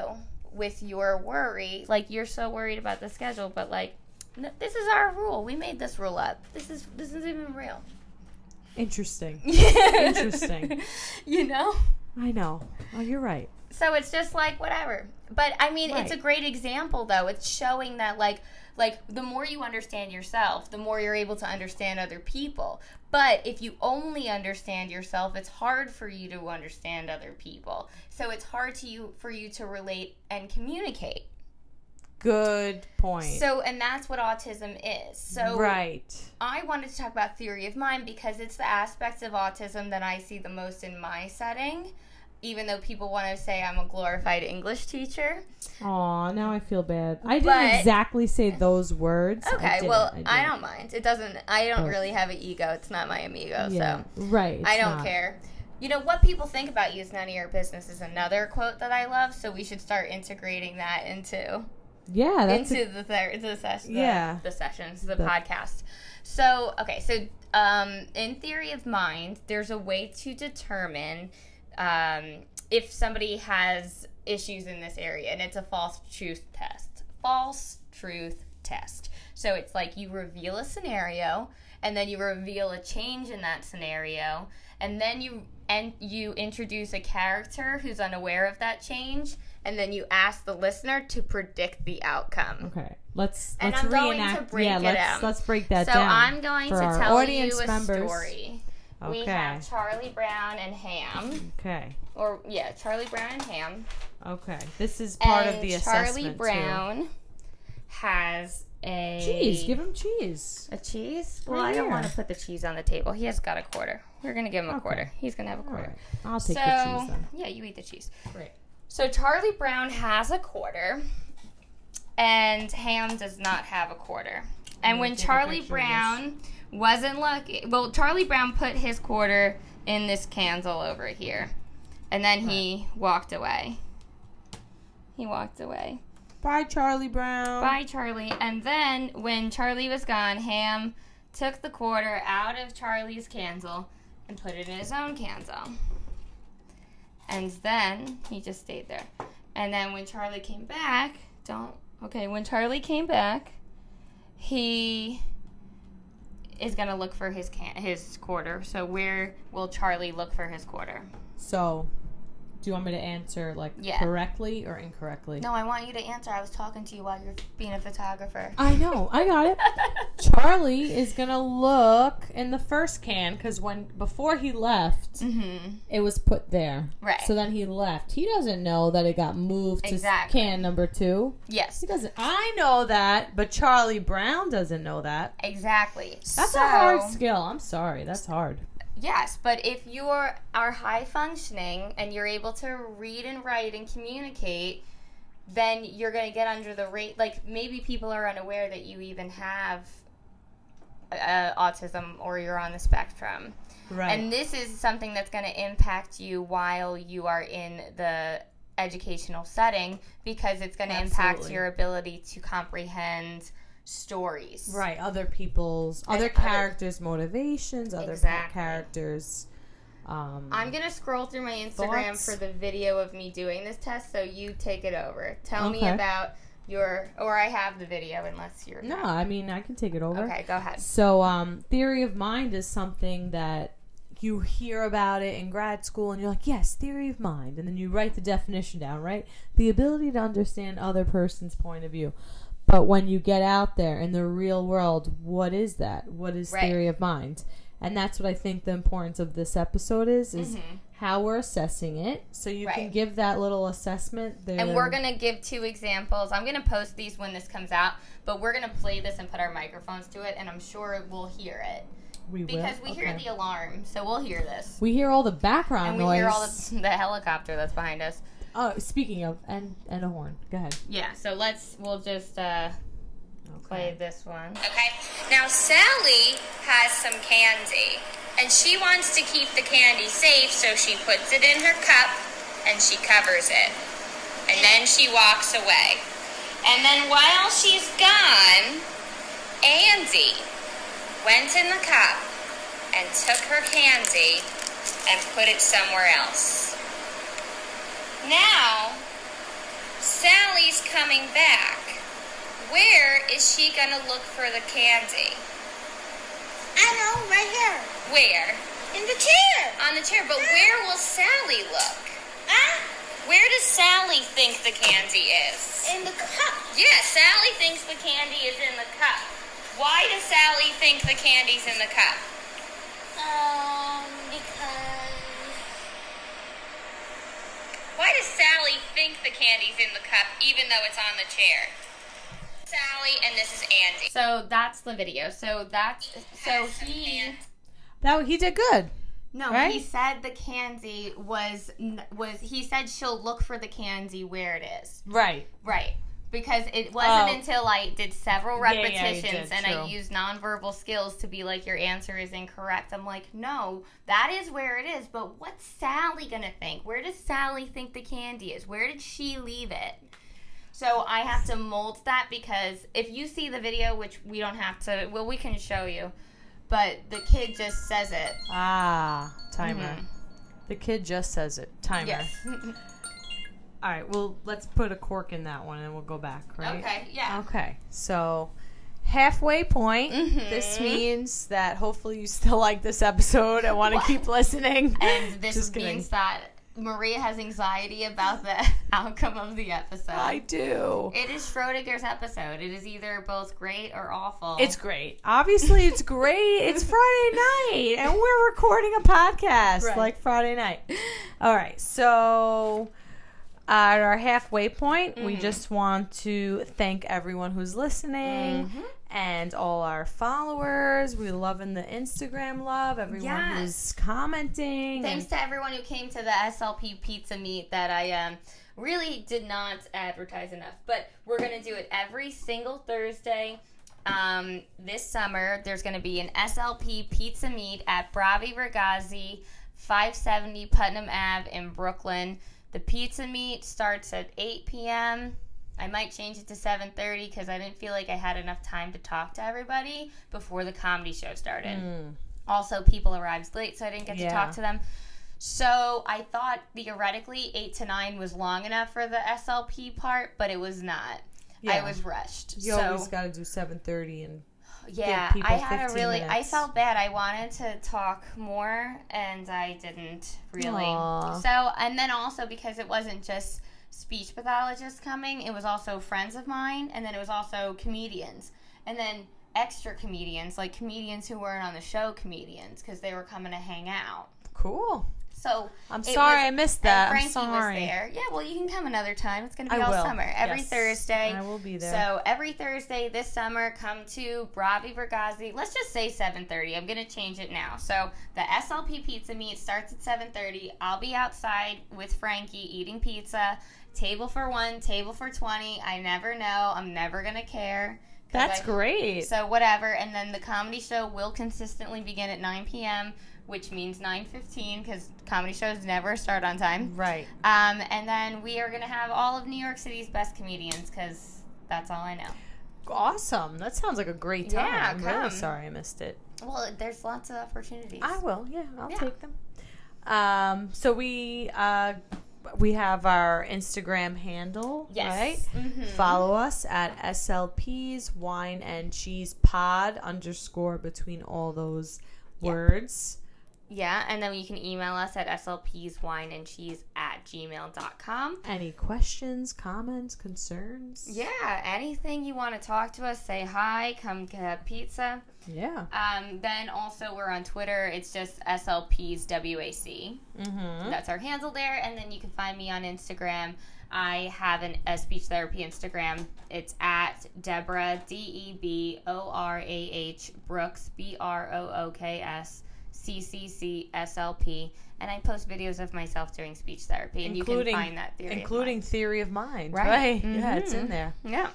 Speaker 1: with your worry. Like you're so worried about the schedule, but like n this is our rule. We made this rule up. This is this isn't even real.
Speaker 2: Interesting.
Speaker 1: Interesting. you know?
Speaker 2: I know. Oh, you're right.
Speaker 1: So it's just like whatever. But I mean, it's a
Speaker 2: Right.
Speaker 1: great example though. It's showing that like like the more you understand yourself, the more you're able to understand other people. But if you only understand yourself, it's hard for you to understand other people. So it's hard to you for you to relate and communicate.
Speaker 2: Good point.
Speaker 1: So and that's what autism is. So
Speaker 2: right.
Speaker 1: I wanted to talk about theory of mind because it's the aspects of autism that I see the most in my setting, even though people want to say I'm a glorified English teacher.
Speaker 2: Aw, now I feel bad. I didn't
Speaker 1: But-
Speaker 2: exactly say those words. I
Speaker 1: Okay,
Speaker 2: didn't.
Speaker 1: well, I,
Speaker 2: didn't.
Speaker 1: don't mind. It doesn't, I don't
Speaker 2: But-
Speaker 1: really have an ego. It's not my amigo,
Speaker 2: Yeah.
Speaker 1: so
Speaker 2: Right.
Speaker 1: I
Speaker 2: it's
Speaker 1: don't
Speaker 2: not.
Speaker 1: care. You know, what people think about you is none of your business is another quote that I love, so we should start integrating that into
Speaker 2: Yeah, that's
Speaker 1: into the ther- the, ses- the
Speaker 2: Yeah.
Speaker 1: the sessions, the,
Speaker 2: The-
Speaker 1: podcast. So okay, so um, in theory of mind, there's a way to determine um, if somebody has issues in this area, and it's a false truth test. False truth test. So it's like you reveal a scenario, and then you reveal a change in that scenario, and then you and you introduce a character who's unaware of that change, and then you ask the listener to predict the outcome.
Speaker 2: okay. Let's
Speaker 1: And
Speaker 2: let's
Speaker 1: I'm going to
Speaker 2: reenact.
Speaker 1: break
Speaker 2: yeah,
Speaker 1: it
Speaker 2: let's
Speaker 1: down.
Speaker 2: let's break that
Speaker 1: so
Speaker 2: down.
Speaker 1: I'm going to
Speaker 2: for our
Speaker 1: tell
Speaker 2: audience
Speaker 1: you a
Speaker 2: members.
Speaker 1: story. We
Speaker 2: Okay.
Speaker 1: have Charlie Brown and Ham,
Speaker 2: okay.
Speaker 1: or yeah, Charlie Brown and Ham.
Speaker 2: Okay. This is part
Speaker 1: and
Speaker 2: of the
Speaker 1: Charlie
Speaker 2: assessment
Speaker 1: Brown has a
Speaker 2: too. Cheese. Give him cheese.
Speaker 1: a cheese. Well,
Speaker 2: Right
Speaker 1: I don't
Speaker 2: here.
Speaker 1: want to put the cheese on the table. He has got a quarter. We're gonna give him a
Speaker 2: Okay.
Speaker 1: quarter. He's gonna have a
Speaker 2: All
Speaker 1: quarter.
Speaker 2: right. I'll take
Speaker 1: so
Speaker 2: the cheese then.
Speaker 1: yeah, you eat the cheese.
Speaker 2: Great.
Speaker 1: So Charlie Brown has a quarter, and Ham does not have a quarter. And when
Speaker 2: take a
Speaker 1: Charlie
Speaker 2: picture of this.
Speaker 1: Brown wasn't lucky, well, Charlie Brown put his quarter in this candle over here, and then he walked away. He walked away.
Speaker 2: Bye, Charlie Brown.
Speaker 1: Bye, Charlie. And then when Charlie was gone, Ham took the quarter out of Charlie's candle and put it in his own candle. And then he just stayed there. And then when Charlie came back, don't. Okay, when Charlie came back, he is going to look for his can- his quarter. So where will Charlie look for his quarter?
Speaker 2: So, do you want me to answer like
Speaker 1: Yeah.
Speaker 2: correctly or incorrectly?
Speaker 1: No, I want you to answer. I was talking to you while you're being a photographer.
Speaker 2: I know. I got it. Charlie is gonna look in the first can because when before he left,
Speaker 1: mhm.
Speaker 2: it was put there.
Speaker 1: Right.
Speaker 2: So then he left. He doesn't know that it got moved to
Speaker 1: Exactly.
Speaker 2: can number two.
Speaker 1: Yes.
Speaker 2: He doesn't. I know that, but Charlie Brown doesn't know that.
Speaker 1: Exactly.
Speaker 2: That's
Speaker 1: So,
Speaker 2: a hard skill. I'm sorry. That's hard.
Speaker 1: Yes, but if you are are high functioning and you're able to read and write and communicate, then you're going to get under the rate. Like maybe people are unaware that you even have uh, autism or you're on the spectrum.
Speaker 2: Right.
Speaker 1: And this is something that's going to impact you while you are in the educational setting because it's going to impact
Speaker 2: Absolutely.
Speaker 1: your ability to comprehend stories.
Speaker 2: right. Other people's, other
Speaker 1: other-
Speaker 2: characters' motivations, other
Speaker 1: Exactly.
Speaker 2: characters. Um,
Speaker 1: I'm gonna scroll through my Instagram
Speaker 2: Thoughts?
Speaker 1: for the video of me doing this test, so you take it over. Tell me
Speaker 2: Okay.
Speaker 1: about your, or I have the video unless you're
Speaker 2: no, I mean I can take it over.
Speaker 1: Okay, go ahead.
Speaker 2: So, um, theory of mind is something that you hear about it in grad school, and you're like, yes, theory of mind. And then you write the definition down, right? The ability to understand other person's point of view. But when you get out there in the real world, what is that? What is
Speaker 1: Right.
Speaker 2: theory of mind? And that's what I think the importance of this episode is: is
Speaker 1: Mm-hmm.
Speaker 2: how we're assessing it. So you can
Speaker 1: Right.
Speaker 2: give that little assessment. There.
Speaker 1: And we're gonna give two examples. I'm gonna post these when this comes out, but we're gonna play this and put our microphones to it, and I'm sure we'll hear it
Speaker 2: we will.
Speaker 1: because we hear
Speaker 2: Okay.
Speaker 1: the alarm, so we'll hear this.
Speaker 2: we hear all the background
Speaker 1: And we
Speaker 2: noise.
Speaker 1: hear all the, the helicopter that's behind us.
Speaker 2: Oh, speaking of, and and a horn. Go ahead.
Speaker 1: Yeah, so let's, we'll just uh, play
Speaker 2: Okay.
Speaker 1: this one. Okay. Now Sally has some candy, and she wants to keep the candy safe, so she puts it in her cup and she covers it. And then she walks away. And then while she's gone, Andy went in the cup and took her candy and put it somewhere else. Now, Sally's coming back. Where is she gonna look for the candy?
Speaker 3: I know, right here.
Speaker 1: Where?
Speaker 3: In the chair.
Speaker 1: On the chair, but where will Sally look?
Speaker 3: Huh?
Speaker 1: Where does Sally think the candy is?
Speaker 3: In the cup.
Speaker 1: Yeah, Sally thinks the candy is in the cup. Why does Sally think the candy's in the cup?
Speaker 3: Um, because.
Speaker 1: Why does Sally think the candy's in the cup even though it's on the chair? Sally and this is Andy. So that's the video. So that's so he
Speaker 2: That he did good.
Speaker 1: No, he
Speaker 2: Right?
Speaker 1: said the candy was was he said she'll look for the candy where it is.
Speaker 2: Right.
Speaker 1: Right.
Speaker 3: because it wasn't
Speaker 2: Oh.
Speaker 3: until I did several
Speaker 2: Yeah, yeah, you
Speaker 3: repetitions
Speaker 2: did,
Speaker 3: and I
Speaker 2: true.
Speaker 3: used nonverbal skills to be like, your answer is incorrect. I'm like, no, that is where it is. But what's Sally gonna think? Where does Sally think the candy is? Where did she leave it? So I have to mold that because if you see the video, which we don't have to, well, we can show you, but the kid just says it.
Speaker 2: Ah, timer. The kid just says it. Timer.
Speaker 3: Mm-hmm. Yes.
Speaker 2: All right. Well, let's put a cork in that one, and we'll go back. Right. Um,
Speaker 3: okay. Yeah.
Speaker 2: Okay. So halfway point. This
Speaker 3: Mhm.
Speaker 2: means that hopefully you still like this episode and want to
Speaker 3: What?
Speaker 2: keep listening.
Speaker 3: And this
Speaker 2: Just kidding.
Speaker 3: means that Maria has anxiety about the outcome of the episode.
Speaker 2: I do.
Speaker 3: it is Schrodinger's episode. It is either both great or awful.
Speaker 2: It's great. Obviously, it's great. It's Friday night, and we're recording a podcast
Speaker 3: Right.
Speaker 2: like Friday night. All right. So, at our halfway point,
Speaker 3: Mm-hmm.
Speaker 2: we just want to thank everyone who's listening
Speaker 3: Mm-hmm.
Speaker 2: and all our followers. We loving the Instagram love. Everyone
Speaker 3: Yes.
Speaker 2: who's commenting.
Speaker 3: Thanks
Speaker 2: and-
Speaker 3: to everyone who came to the SLP pizza meet that I um, really did not advertise enough, but we're going to do it every single Thursday. Um, this summer, there's going to be an SLP pizza meet at Bravi Ragazzi, 570 Putnam Ave in Brooklyn. The pizza meet starts at 8 p.m. I might change it to 7:30 because I didn't feel like I had enough time to talk to everybody before the comedy show started
Speaker 2: Mm.
Speaker 3: also people arrived late so i didn't get to
Speaker 2: Yeah.
Speaker 3: talk to them so i thought theoretically 8 to 9 was long enough for the slp part but it was not
Speaker 2: Yeah.
Speaker 3: i was rushed
Speaker 2: You
Speaker 3: so
Speaker 2: always got to do seven thirty, and
Speaker 3: yeah
Speaker 2: people
Speaker 3: i had a
Speaker 2: 15
Speaker 3: really i
Speaker 2: minutes.
Speaker 3: felt bad i wanted to talk more and i didn't really
Speaker 2: Aw.
Speaker 3: so and then also because it wasn't just speech pathologists coming it was also friends of mine and then it was also comedians and then extra comedians like comedians who weren't on the show comedians because they were coming to hang out
Speaker 2: cool.
Speaker 3: so
Speaker 2: I'm
Speaker 3: It
Speaker 2: sorry
Speaker 3: was-
Speaker 2: I missed
Speaker 3: and
Speaker 2: that.
Speaker 3: Frankie
Speaker 2: I'm sorry.
Speaker 3: was there. Yeah, well, you can come another time. It's going to
Speaker 2: I
Speaker 3: be all
Speaker 2: will.
Speaker 3: summer, every
Speaker 2: Yes.
Speaker 3: Thursday.
Speaker 2: I will be there.
Speaker 3: So every Thursday this summer, come to Bravi Vergazi. Let's just say 7:30. I'm going to change it now. So the SLP pizza meet starts at 7:30. I'll be outside with Frankie eating pizza. Table for one, table for 20. I never know. I'm never going to care. 'Cause
Speaker 2: That's
Speaker 3: I-
Speaker 2: great.
Speaker 3: so whatever, and then the comedy show will consistently begin at 9 p.m., which means 9:15 because comedy shows never start on time.
Speaker 2: right.
Speaker 3: Um, and then we are gonna have all of New York City's best comedians because that's all I know.
Speaker 2: Awesome. That sounds like a great time.
Speaker 3: Yeah,
Speaker 2: I'm
Speaker 3: come.
Speaker 2: really sorry I missed it.
Speaker 3: Well, there's lots of opportunities.
Speaker 2: I will. Yeah, I'll
Speaker 3: Yeah.
Speaker 2: take them. Um, so we uh, we have our Instagram handle, right?
Speaker 3: yes. Mhm.
Speaker 2: Follow us at SLP's Wine and Cheese Pod underscore between all those words.
Speaker 3: Yeah, and then you can email us at slpswineandcheese at gmail.com.
Speaker 2: Any questions, comments, concerns?
Speaker 3: Yeah, anything you want to talk to us, say hi, come get pizza.
Speaker 2: Yeah.
Speaker 3: Um, then also we're on Twitter. It's just SLP's WAC.
Speaker 2: Mm-hmm.
Speaker 3: That's our handle there. And then you can find me on Instagram. I have an, a speech therapy Instagram. It's at Deborah, D E B O R A H, Brooks, B R O O K S, C C C S L P. And I post videos of myself doing speech therapy. And
Speaker 2: Including-
Speaker 3: you can find that theory. of
Speaker 2: Including theory of mind,
Speaker 3: Right.
Speaker 2: right? Mm-hmm. Yeah, it's in
Speaker 3: Mhm.
Speaker 2: there.
Speaker 3: mine. Yeah.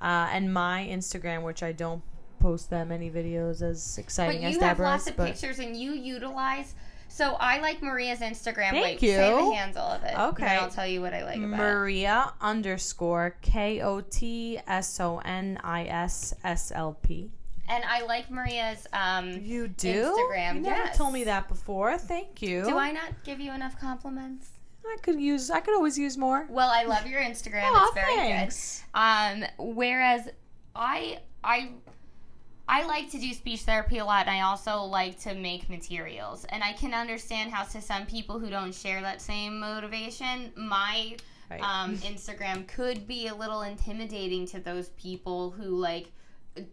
Speaker 2: uh, and my Instagram, which I don't post that many videos as
Speaker 3: But
Speaker 2: exciting as
Speaker 3: you have
Speaker 2: Deborah's.
Speaker 3: lots of
Speaker 2: but
Speaker 3: pictures and you utilize. So I like Maria's Instagram.
Speaker 2: Thank
Speaker 3: Wait, Say the
Speaker 2: you.
Speaker 3: handle of it.
Speaker 2: Okay.
Speaker 3: And I'll tell you what I like about it.
Speaker 2: Maria underscore K O T S O N I S S L P.
Speaker 3: And I like Maria's. Um,
Speaker 2: You do
Speaker 3: Instagram,
Speaker 2: You never
Speaker 3: yes.
Speaker 2: told me that before. Thank you.
Speaker 3: do I not give you enough compliments?
Speaker 2: I could use. I could always use more.
Speaker 3: Well, I love your Instagram.
Speaker 2: Aw,
Speaker 3: it's very
Speaker 2: thanks.
Speaker 3: good. Um, whereas I I I like to do speech therapy a lot, and I also like to make materials. And I can understand how to some people who don't share that same motivation, my
Speaker 2: Right.
Speaker 3: um, Instagram could be a little intimidating to those people who like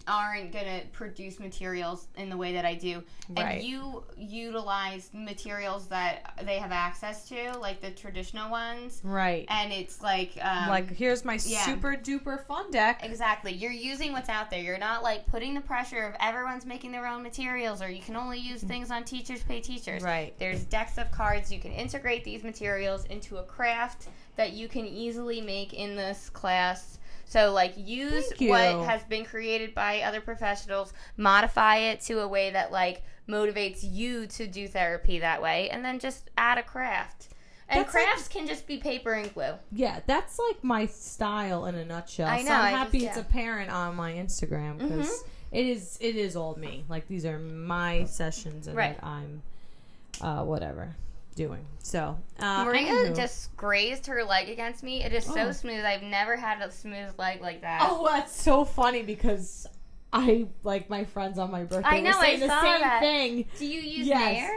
Speaker 3: aren't gonna produce materials in the way that I do.
Speaker 2: Right.
Speaker 3: And you utilize materials that they have access to, like the traditional ones,
Speaker 2: right.
Speaker 3: and it's like um,
Speaker 2: like here's my
Speaker 3: yeah.
Speaker 2: super duper fun deck.
Speaker 3: exactly you're using what's out there. You're not like putting the pressure of everyone's making their own materials, or you can only use things on teachers pay teachers.
Speaker 2: Mm. Right.
Speaker 3: There's decks of cards. You can integrate these materials into a craft that you can easily make in this class. So like use
Speaker 2: Thank you.
Speaker 3: what has been created by other professionals, modify it to a way that like motivates you to do therapy that way, and then just add a craft. And
Speaker 2: That's like-
Speaker 3: crafts can just be paper and glue.
Speaker 2: Yeah, that's like my style in a nutshell.
Speaker 3: I
Speaker 2: so
Speaker 3: know, I
Speaker 2: I'm
Speaker 3: just-
Speaker 2: happy it's
Speaker 3: yeah. Mm-hmm.
Speaker 2: apparent on my Instagram because is it is all me. Like these are my sessions and
Speaker 3: Right.
Speaker 2: that I'm uh, whatever doing. So uh,
Speaker 3: Maria
Speaker 2: anywho.
Speaker 3: just grazed her leg against me. It is
Speaker 2: Oh.
Speaker 3: so smooth. I've never had a smooth leg like that.
Speaker 2: Oh, that's so funny because I like my friends on my birthday.
Speaker 3: I
Speaker 2: were
Speaker 3: know, I
Speaker 2: saying the
Speaker 3: saw
Speaker 2: same
Speaker 3: that.
Speaker 2: thing.
Speaker 3: Do you use
Speaker 2: Yes.
Speaker 3: Nair?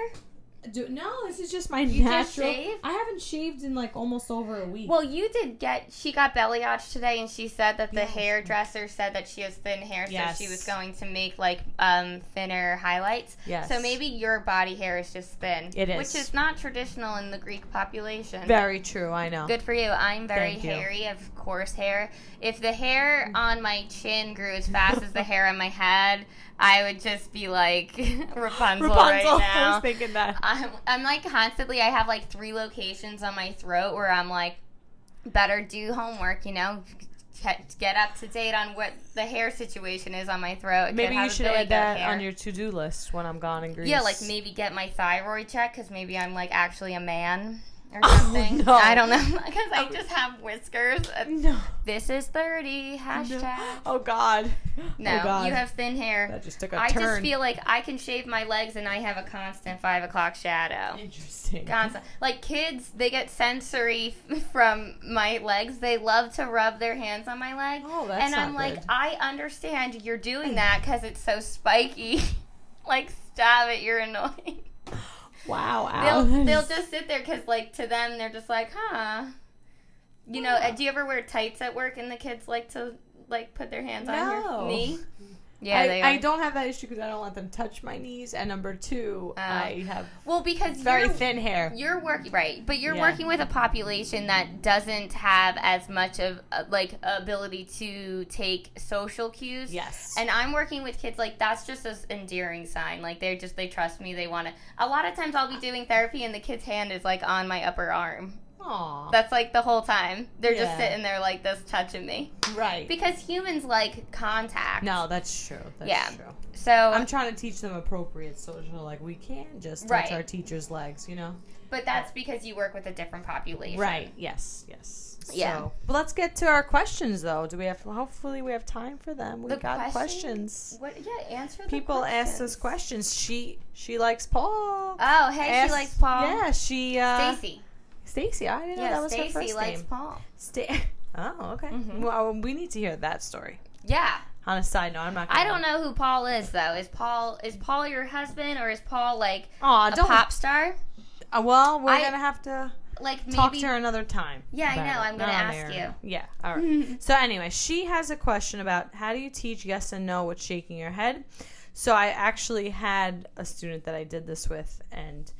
Speaker 2: Do, no, this is just my
Speaker 3: You just
Speaker 2: natural.
Speaker 3: shave?
Speaker 2: I haven't shaved in like almost over a week.
Speaker 3: Well, you did get. She got balayage today, and she said that the
Speaker 2: Yes.
Speaker 3: hairdresser said that she has thin hair, so
Speaker 2: Yes.
Speaker 3: she was going to make like um, thinner highlights.
Speaker 2: yes.
Speaker 3: So maybe your body hair is just thin.
Speaker 2: It is.
Speaker 3: which is not traditional in the Greek population.
Speaker 2: very true. I know.
Speaker 3: Good for you. I'm very
Speaker 2: Thank you.
Speaker 3: hairy. I have coarse hair. If the hair on my chin grew as fast as the hair on my head, I would just be like Rapunzel, right now.
Speaker 2: I was thinking that.
Speaker 3: I'm, I'm like constantly I have like three locations on my throat where I'm like better do homework, you know, get, get up to date on what the hair situation is on my throat. I could
Speaker 2: Maybe you
Speaker 3: have a
Speaker 2: should
Speaker 3: big
Speaker 2: add that
Speaker 3: hair.
Speaker 2: on your to-do list when I'm gone in Greece.
Speaker 3: yeah, like maybe get my thyroid checked because maybe I'm like actually a man or
Speaker 2: Oh,
Speaker 3: something.
Speaker 2: no. Oh.
Speaker 3: I don't know because I just have whiskers.
Speaker 2: No.
Speaker 3: This is thirty hashtag.
Speaker 2: Oh God.
Speaker 3: No,
Speaker 2: oh, God.
Speaker 3: you have thin hair.
Speaker 2: That just took a
Speaker 3: I
Speaker 2: turn.
Speaker 3: just feel like I can shave my legs and I have a constant five o'clock shadow.
Speaker 2: interesting.
Speaker 3: Constant. Like kids, they get sensory from my legs. They love to rub their hands on my leg.
Speaker 2: Oh, that's
Speaker 3: and I'm
Speaker 2: not
Speaker 3: like,
Speaker 2: good.
Speaker 3: I understand you're doing that because it's so spiky. like, stop it, you're annoying.
Speaker 2: Wow.
Speaker 3: They'll,
Speaker 2: Al.
Speaker 3: they'll just sit there because, like, to them, they're just like, huh. You know, uh, do you ever wear tights at work and the kids like to, like, put their hands
Speaker 2: No.
Speaker 3: on your knee? Yeah,
Speaker 2: I,
Speaker 3: they are.
Speaker 2: I don't have that issue because I don't let them touch my knees. And number two,
Speaker 3: Oh.
Speaker 2: I have
Speaker 3: well, because
Speaker 2: very
Speaker 3: you're,
Speaker 2: thin hair.
Speaker 3: You're working right, but you're
Speaker 2: Yeah.
Speaker 3: working with a population that doesn't have as much of uh, like ability to take social cues.
Speaker 2: Yes.
Speaker 3: And I'm working with kids like that's just an endearing sign. Like they're just they trust me. They want to. A lot of times I'll be doing therapy and the kid's hand is like on my upper arm.
Speaker 2: Aw.
Speaker 3: That's like the whole time. They're
Speaker 2: Yeah.
Speaker 3: just sitting there like this touching me
Speaker 2: right.
Speaker 3: because humans like contact.
Speaker 2: no, that's true. That's
Speaker 3: Yeah.
Speaker 2: true.
Speaker 3: So
Speaker 2: I'm trying to teach them appropriate social. Like we can just touch
Speaker 3: Right.
Speaker 2: our teachers' legs, you know.
Speaker 3: but that's because you work with a different population.
Speaker 2: Right. Yes. Yes.
Speaker 3: Yeah.
Speaker 2: So, but let's get to our questions, though. Do we have? Hopefully, we have time for them. We
Speaker 3: The
Speaker 2: got questions.
Speaker 3: questions- What? Yeah. Answer. the
Speaker 2: People ask us questions. She she likes Paul.
Speaker 3: Oh, hey,
Speaker 2: Ask-
Speaker 3: she likes Paul.
Speaker 2: Yeah. She. Uh,
Speaker 3: Stacy.
Speaker 2: Stacy. I didn't know that
Speaker 3: Yeah,
Speaker 2: was her
Speaker 3: Stacy
Speaker 2: first
Speaker 3: likes
Speaker 2: name.
Speaker 3: Paul.
Speaker 2: Sta- oh, okay.
Speaker 3: Mhm.
Speaker 2: Well, we need to hear that story.
Speaker 3: Yeah,
Speaker 2: On a side note, I'm not. Gonna
Speaker 3: I don't know who Paul is though. Is Paul is Paul your husband or is Paul like
Speaker 2: Aw,
Speaker 3: a
Speaker 2: don't.
Speaker 3: pop star?
Speaker 2: uh, well, we're
Speaker 3: I-
Speaker 2: gonna have to.
Speaker 3: Like maybe.
Speaker 2: talk to her another time.
Speaker 3: Yeah, I
Speaker 2: about
Speaker 3: know.
Speaker 2: it.
Speaker 3: I'm gonna
Speaker 2: Not on
Speaker 3: ask
Speaker 2: air. Yeah. All right. so anyway, she has a question about how do you teach yes and no with shaking your head. So I actually had a student that I did this with, and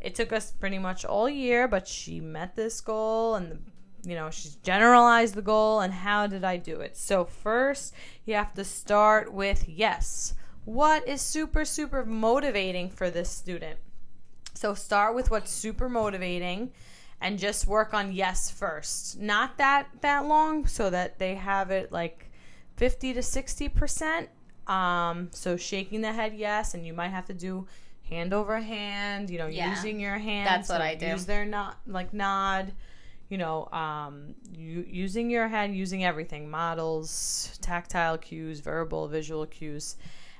Speaker 2: it took us pretty much all year, but she met this goal and. The, you know, she's generalized the goal and how did I do it? So, first, you have to start with yes. What is super, super motivating for this student? So start with what's super motivating and just work on yes first. Not that that long so that they have it like 50 to 60%. Um so shaking the head yes and you might have to do hand over hand, you know,
Speaker 3: Yeah.
Speaker 2: using your hand.
Speaker 3: That's what
Speaker 2: so
Speaker 3: I do.
Speaker 2: Use their not like nod, you know, um you, using your head, using everything, models, tactile cues, verbal, visual cues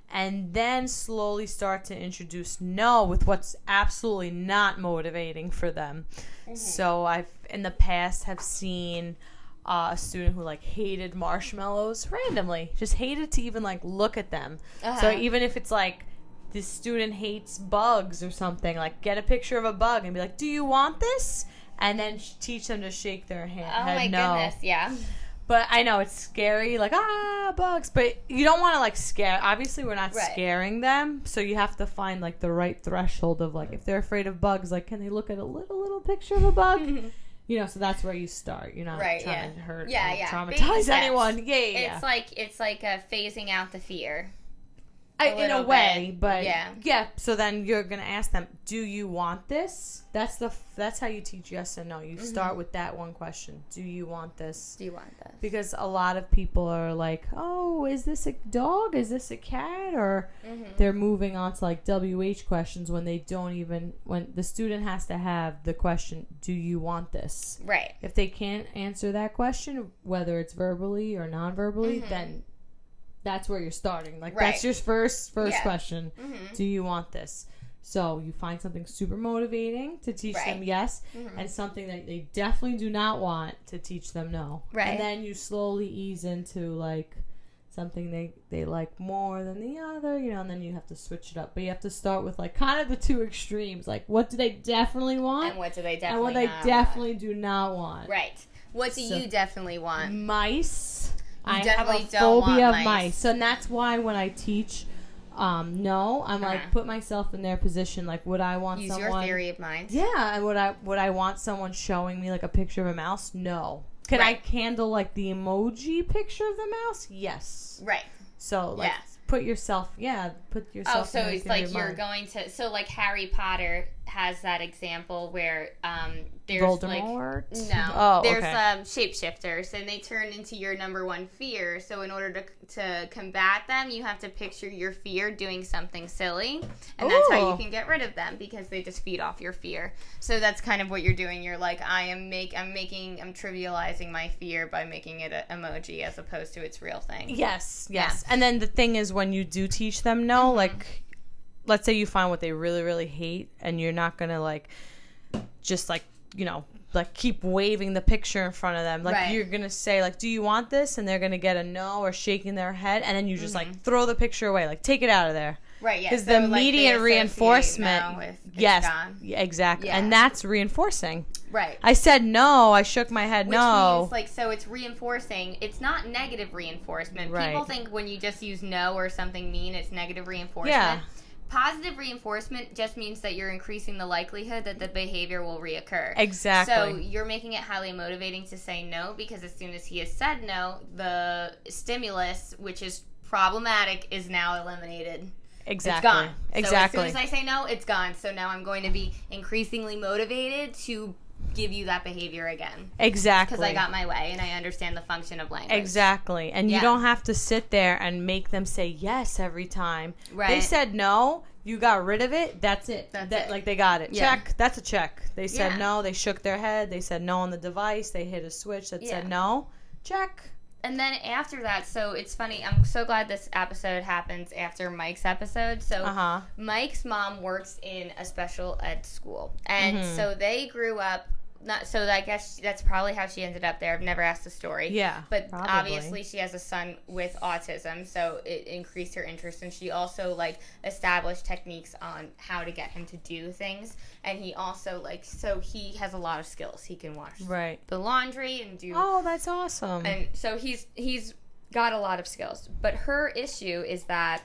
Speaker 2: and then slowly start to introduce no with what's absolutely not motivating for them.
Speaker 3: Mm-hmm.
Speaker 2: So I've in the past have seen uh, a student who like hated marshmallows randomly, just hated to even like look at them. So
Speaker 3: Uh-huh.
Speaker 2: even if it's like this student hates bugs or something, like get a picture of a bug and be like, "Do you want this?" And then sh- teach them to shake their hand.
Speaker 3: oh
Speaker 2: head
Speaker 3: my
Speaker 2: no.
Speaker 3: goodness, yeah.
Speaker 2: But I know it's scary, like ah bugs. But you don't want to like scare. Obviously, we're not
Speaker 3: Right.
Speaker 2: scaring them, so you have to find like the right threshold of like if they're afraid of bugs, like can they look at a little little picture of a bug? you know, so that's where you start. You're not
Speaker 3: Right,
Speaker 2: trying
Speaker 3: yeah.
Speaker 2: to hurt,
Speaker 3: Yeah,
Speaker 2: or
Speaker 3: yeah. Baby
Speaker 2: traumatize
Speaker 3: steps.
Speaker 2: anyone. Yeah, yeah, yeah.
Speaker 3: It's like it's like a phasing out the fear.
Speaker 2: I, in
Speaker 3: little
Speaker 2: a way,
Speaker 3: bit.
Speaker 2: but
Speaker 3: Yeah.
Speaker 2: yeah, yeah. So then you're gonna ask them, "Do you want this?" That's the f- that's how you teach yes and no. You
Speaker 3: Mm-hmm.
Speaker 2: start with that one question: "Do you want this?"
Speaker 3: Do you want this?
Speaker 2: Because a lot of people are like, "Oh, is this a dog? Is this a cat?" Or they're moving on to like WH questions when they don't even when the student has to have the question, "Do you want this?"
Speaker 3: Right.
Speaker 2: If they can't answer that question, whether it's verbally or non-verbally, then that's where you're starting. Like
Speaker 3: Mm-hmm. Right.
Speaker 2: that's your first first
Speaker 3: Yeah. Mm-hmm.
Speaker 2: question. Do you want this? So you find something super motivating to teach them
Speaker 3: Right. Mm-hmm.
Speaker 2: yes, and something that they definitely do not want to teach them no.
Speaker 3: Right.
Speaker 2: And then you slowly ease into like something they they like more than the other, you know, and then you have to switch it up. But you have to start with like kind of the two extremes, like what do they definitely want
Speaker 3: And what do they
Speaker 2: and
Speaker 3: definitely
Speaker 2: what they
Speaker 3: not
Speaker 2: definitely do not want.
Speaker 3: want? Right. What do
Speaker 2: So- mm,
Speaker 3: you definitely want?
Speaker 2: Mice. I have a
Speaker 3: definitely don't want
Speaker 2: phobia of
Speaker 3: mice.
Speaker 2: mice, and that's why when I teach, um, no, I'm like
Speaker 3: Uh-huh.
Speaker 2: put myself in their position. Like, would I want
Speaker 3: Use
Speaker 2: someone?
Speaker 3: your theory of mind.
Speaker 2: Yeah, and would I would I want someone showing me like a picture of a mouse? No. Can I
Speaker 3: Right.
Speaker 2: handle like the emoji picture of the mouse? Yes.
Speaker 3: Right.
Speaker 2: So like,
Speaker 3: Yes.
Speaker 2: put yourself. Yeah, put yourself.
Speaker 3: Oh, so
Speaker 2: in their
Speaker 3: it's
Speaker 2: theory
Speaker 3: like
Speaker 2: of
Speaker 3: you're
Speaker 2: mind.
Speaker 3: going to. So like Harry Potter has that example where um there's like.
Speaker 2: Voldemort.
Speaker 3: No.
Speaker 2: Oh,
Speaker 3: There's
Speaker 2: okay.
Speaker 3: um, shapeshifters, and they turn into your number one fear. So, in order to, to combat them, you have to picture your fear doing something silly. And that's how
Speaker 2: Ooh.
Speaker 3: you can get rid of them because they just feed off your fear. So, that's kind of what you're doing. You're like, I am make, I'm making, I'm trivializing my fear by making it an emoji as opposed to its real thing.
Speaker 2: Yes, yes. And then the thing is, when you do teach them no,
Speaker 3: Mm-hmm.
Speaker 2: like, let's say you find what they really, really hate, and you're not gonna like, just like, you know, like keep waving the picture in front of them. Like
Speaker 3: Right.
Speaker 2: you're gonna say, like, do you want this? And they're gonna get a no or shaking their head, and then you just like throw the picture away, like take it out of there.
Speaker 3: Right. Mm-hmm. Yeah.
Speaker 2: Because
Speaker 3: So,
Speaker 2: the
Speaker 3: like, they
Speaker 2: immediate
Speaker 3: associate
Speaker 2: reinforcement,
Speaker 3: now with it's
Speaker 2: yes,
Speaker 3: gone.
Speaker 2: yeah, exactly,
Speaker 3: Yeah.
Speaker 2: and that's reinforcing.
Speaker 3: Right.
Speaker 2: I said no. I shook my head
Speaker 3: Which
Speaker 2: no.
Speaker 3: means, like, so it's reinforcing. It's not negative reinforcement. People
Speaker 2: Right.
Speaker 3: think when you just use no or something mean, it's negative reinforcement.
Speaker 2: Yeah.
Speaker 3: Positive reinforcement just means that you're increasing the likelihood that the behavior will reoccur.
Speaker 2: Exactly.
Speaker 3: So you're making it highly motivating to say no because as soon as he has said no, the stimulus, which is problematic, is now eliminated. It's
Speaker 2: exactly.
Speaker 3: gone.
Speaker 2: Exactly.
Speaker 3: So as soon as I say no, it's gone. So now I'm going to be increasingly motivated to give you that behavior again
Speaker 2: exactly.
Speaker 3: because I got my way and I understand the function of language.
Speaker 2: Exactly. And you
Speaker 3: Yeah.
Speaker 2: don't have to sit there and make them say yes every time. They
Speaker 3: Right.
Speaker 2: said no, you got rid of it, that's it.
Speaker 3: That's
Speaker 2: That-
Speaker 3: it.
Speaker 2: Like they got it.
Speaker 3: Yeah.
Speaker 2: Check. That's a check. They said
Speaker 3: Yeah.
Speaker 2: no, they shook their head, they said no on the device, they hit a switch that
Speaker 3: Yeah.
Speaker 2: said no. Check.
Speaker 3: And then after that, so it's funny. I'm so glad this episode happens after Mike's episode. So
Speaker 2: Uh-huh.
Speaker 3: Mike's mom works in a special ed school, and
Speaker 2: Mm-hmm.
Speaker 3: so they grew up. Not so. I guess that's probably how she ended up there. I've never asked the story.
Speaker 2: Yeah,
Speaker 3: but
Speaker 2: probably.
Speaker 3: obviously she has a son with autism, so it increased her interest, and she also like established techniques on how to get him to do things, and he also like so he has a lot of skills. He can wash
Speaker 2: Right.
Speaker 3: the laundry and do
Speaker 2: Oh, that's awesome.
Speaker 3: and so he's he's got a lot of skills but her issue is that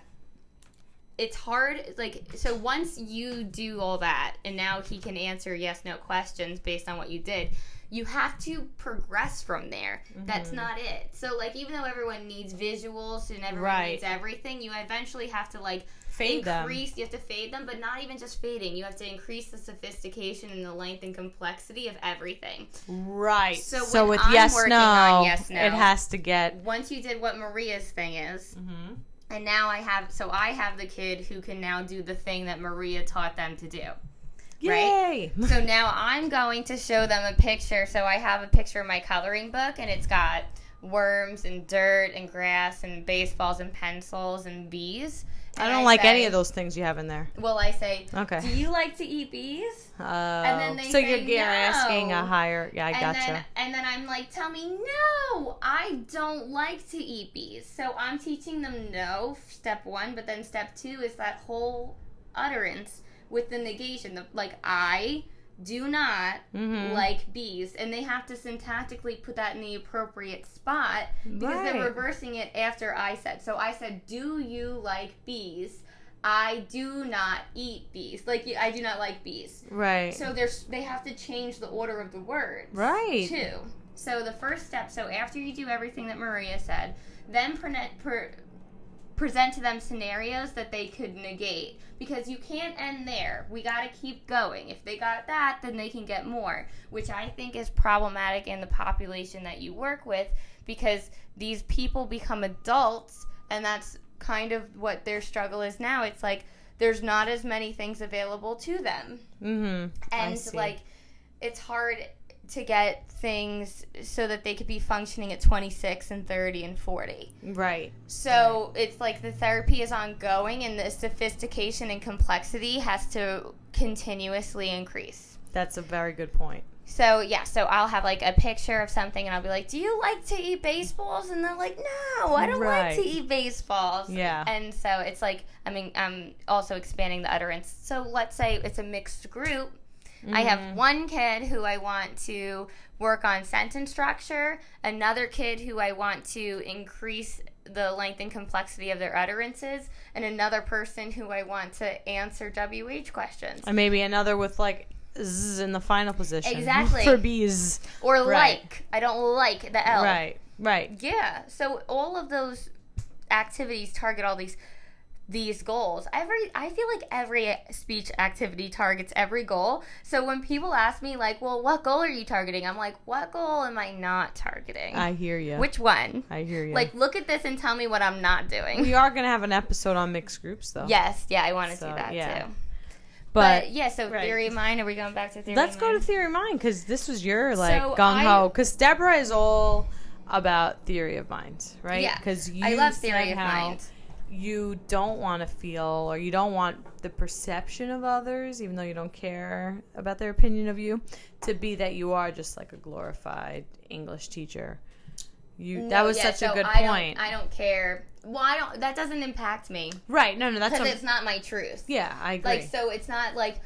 Speaker 3: it's hard like so once you do all that and now he can answer yes no questions based on what you did you have to progress from there
Speaker 2: Mm-hmm.
Speaker 3: that's not it so like even though everyone needs visuals and everyone
Speaker 2: Right.
Speaker 3: needs everything you eventually have to like
Speaker 2: Fade them.
Speaker 3: increase you have to fade them but not even just fading you have to increase the sophistication and the length and complexity of everything
Speaker 2: right. So,
Speaker 3: So when
Speaker 2: with
Speaker 3: I'm
Speaker 2: yes
Speaker 3: working
Speaker 2: no,
Speaker 3: on yes, no,
Speaker 2: it has to get
Speaker 3: once you did what maria's thing is
Speaker 2: Mhm.
Speaker 3: and now I have so I have the kid who can now do the thing that Maria taught them to do.
Speaker 2: Yay.
Speaker 3: Right? So now I'm going to show them a picture. So I have a picture of my coloring book and it's got worms and dirt and grass and baseballs and pencils and bees.
Speaker 2: I
Speaker 3: And
Speaker 2: don't like
Speaker 3: say-
Speaker 2: any of those things you have in there.
Speaker 3: Well, I say,
Speaker 2: Okay.
Speaker 3: "Do you like to eat bees?"
Speaker 2: Oh.
Speaker 3: then they
Speaker 2: so you're,
Speaker 3: say
Speaker 2: you're asking a
Speaker 3: no.
Speaker 2: higher. Yeah, I
Speaker 3: and
Speaker 2: gotcha.
Speaker 3: then and then I'm like, tell me no, I don't like to eat bees. So I'm teaching them no, step one, but then step two is that whole utterance with the negation of like I do not
Speaker 2: Mhm.
Speaker 3: like bees and they have to syntactically put that in the appropriate spot because
Speaker 2: Right.
Speaker 3: they're reversing it after I said. So I said, "Do you like bees?" I do not eat bees. Like you- I do not like bees.
Speaker 2: right.
Speaker 3: So there's they have to change the order of the words.
Speaker 2: Right.
Speaker 3: Too. So the first step. So after you do everything that Maria said, then pre- pre- present to them scenarios that they could negate because you can't end there. We got to keep going. If they got that, then they can get more, which I think is problematic in the population that you work with because these people become adults and that's kind of what their struggle is now. It's like there's not as many things available to them.
Speaker 2: Mm-hmm.
Speaker 3: And
Speaker 2: see.
Speaker 3: like it's hard to get things so that they could be functioning at 26 and 30 and 40.
Speaker 2: Right.
Speaker 3: So it's like the therapy is ongoing and the sophistication and complexity has to continuously increase.
Speaker 2: That's a very good point.
Speaker 3: So yeah, so I'll have like a picture of something and I'll be like, "Do you like to eat baseballs?" And they're like, "No, I don't
Speaker 2: Right.
Speaker 3: like to eat baseballs."
Speaker 2: Yeah.
Speaker 3: And so it's like, I mean, I'm also expanding the utterance. So let's say it's a mixed group. I
Speaker 2: Mm-hmm.
Speaker 3: have one kid who I want to work on sentence structure, another kid who I want to increase the length and complexity of their utterances, and another person who I want to answer WH questions.
Speaker 2: And maybe another with like z in the final position.
Speaker 3: Exactly. Oh.
Speaker 2: For bees.
Speaker 3: Or
Speaker 2: Right.
Speaker 3: like, I don't like the L.
Speaker 2: Right. Right.
Speaker 3: Yeah. So all of those activities target all these these goals. Every I feel like every speech activity targets every goal. So when people ask me like, "Well, what goal are you targeting?" I'm like, "What goal am I not targeting?
Speaker 2: I hear you.
Speaker 3: Which one?"
Speaker 2: I hear you.
Speaker 3: Like, look at this and tell me what I'm not doing.
Speaker 2: we are gonna have an episode on mixed groups though.
Speaker 3: yes, yeah, I want to
Speaker 2: So,
Speaker 3: do that
Speaker 2: yeah.
Speaker 3: too.
Speaker 2: But,
Speaker 3: But, yeah, so
Speaker 2: right.
Speaker 3: theory of mind. Are we going back to theory?
Speaker 2: let's
Speaker 3: of
Speaker 2: go to
Speaker 3: mind?
Speaker 2: theory of mind because this was your like
Speaker 3: So
Speaker 2: gung
Speaker 3: I-
Speaker 2: ho. Because Deborah is all about theory of mind, right?
Speaker 3: Yeah.
Speaker 2: Because you
Speaker 3: I love
Speaker 2: said
Speaker 3: theory of
Speaker 2: how
Speaker 3: mind.
Speaker 2: you don't want to feel or you don't want the perception of others, even though you don't care about their opinion of you, to be that you are just like a glorified English teacher. You that
Speaker 3: No,
Speaker 2: was
Speaker 3: yeah,
Speaker 2: such
Speaker 3: so
Speaker 2: a good
Speaker 3: I don't-
Speaker 2: point,
Speaker 3: I don't care. Well, I don't. That doesn't impact me
Speaker 2: right? No, no, that's
Speaker 3: because
Speaker 2: what,
Speaker 3: it's not my truth.
Speaker 2: yeah, I agree.
Speaker 3: Like so it's not like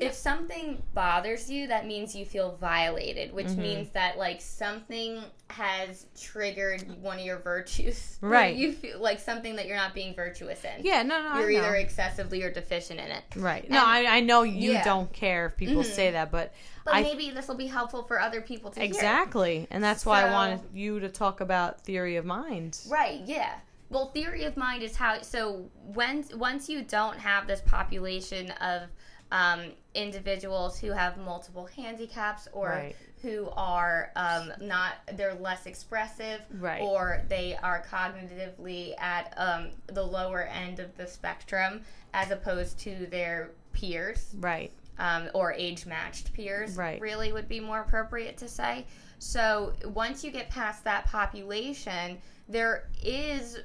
Speaker 3: if something bothers you, that means you feel violated, which
Speaker 2: Mm-hmm.
Speaker 3: means that like something has triggered one of your virtues. Like,
Speaker 2: Right.
Speaker 3: You feel like something that you're not being virtuous in.
Speaker 2: yeah, no, no,
Speaker 3: You're
Speaker 2: I know.
Speaker 3: either excessively or deficient in it.
Speaker 2: right. No,
Speaker 3: and-
Speaker 2: I, I know you
Speaker 3: yeah. Mm-hmm.
Speaker 2: don't care if people say that, but,
Speaker 3: But
Speaker 2: I
Speaker 3: maybe this will be helpful for other people to hear.
Speaker 2: exactly, and that's why I
Speaker 3: So-
Speaker 2: wanted you to talk about theory of mind.
Speaker 3: Right, yeah. Well, theory of mind is how so when once you don't have this population of um, individuals who have multiple handicaps or
Speaker 2: Right.
Speaker 3: who are um, not they're less expressive
Speaker 2: Right.
Speaker 3: or they are cognitively at um, the lower end of the spectrum as opposed to their peers
Speaker 2: Right.
Speaker 3: um, or age matched peers,
Speaker 2: Right.
Speaker 3: really would be more appropriate to say. So once you get past that population, there is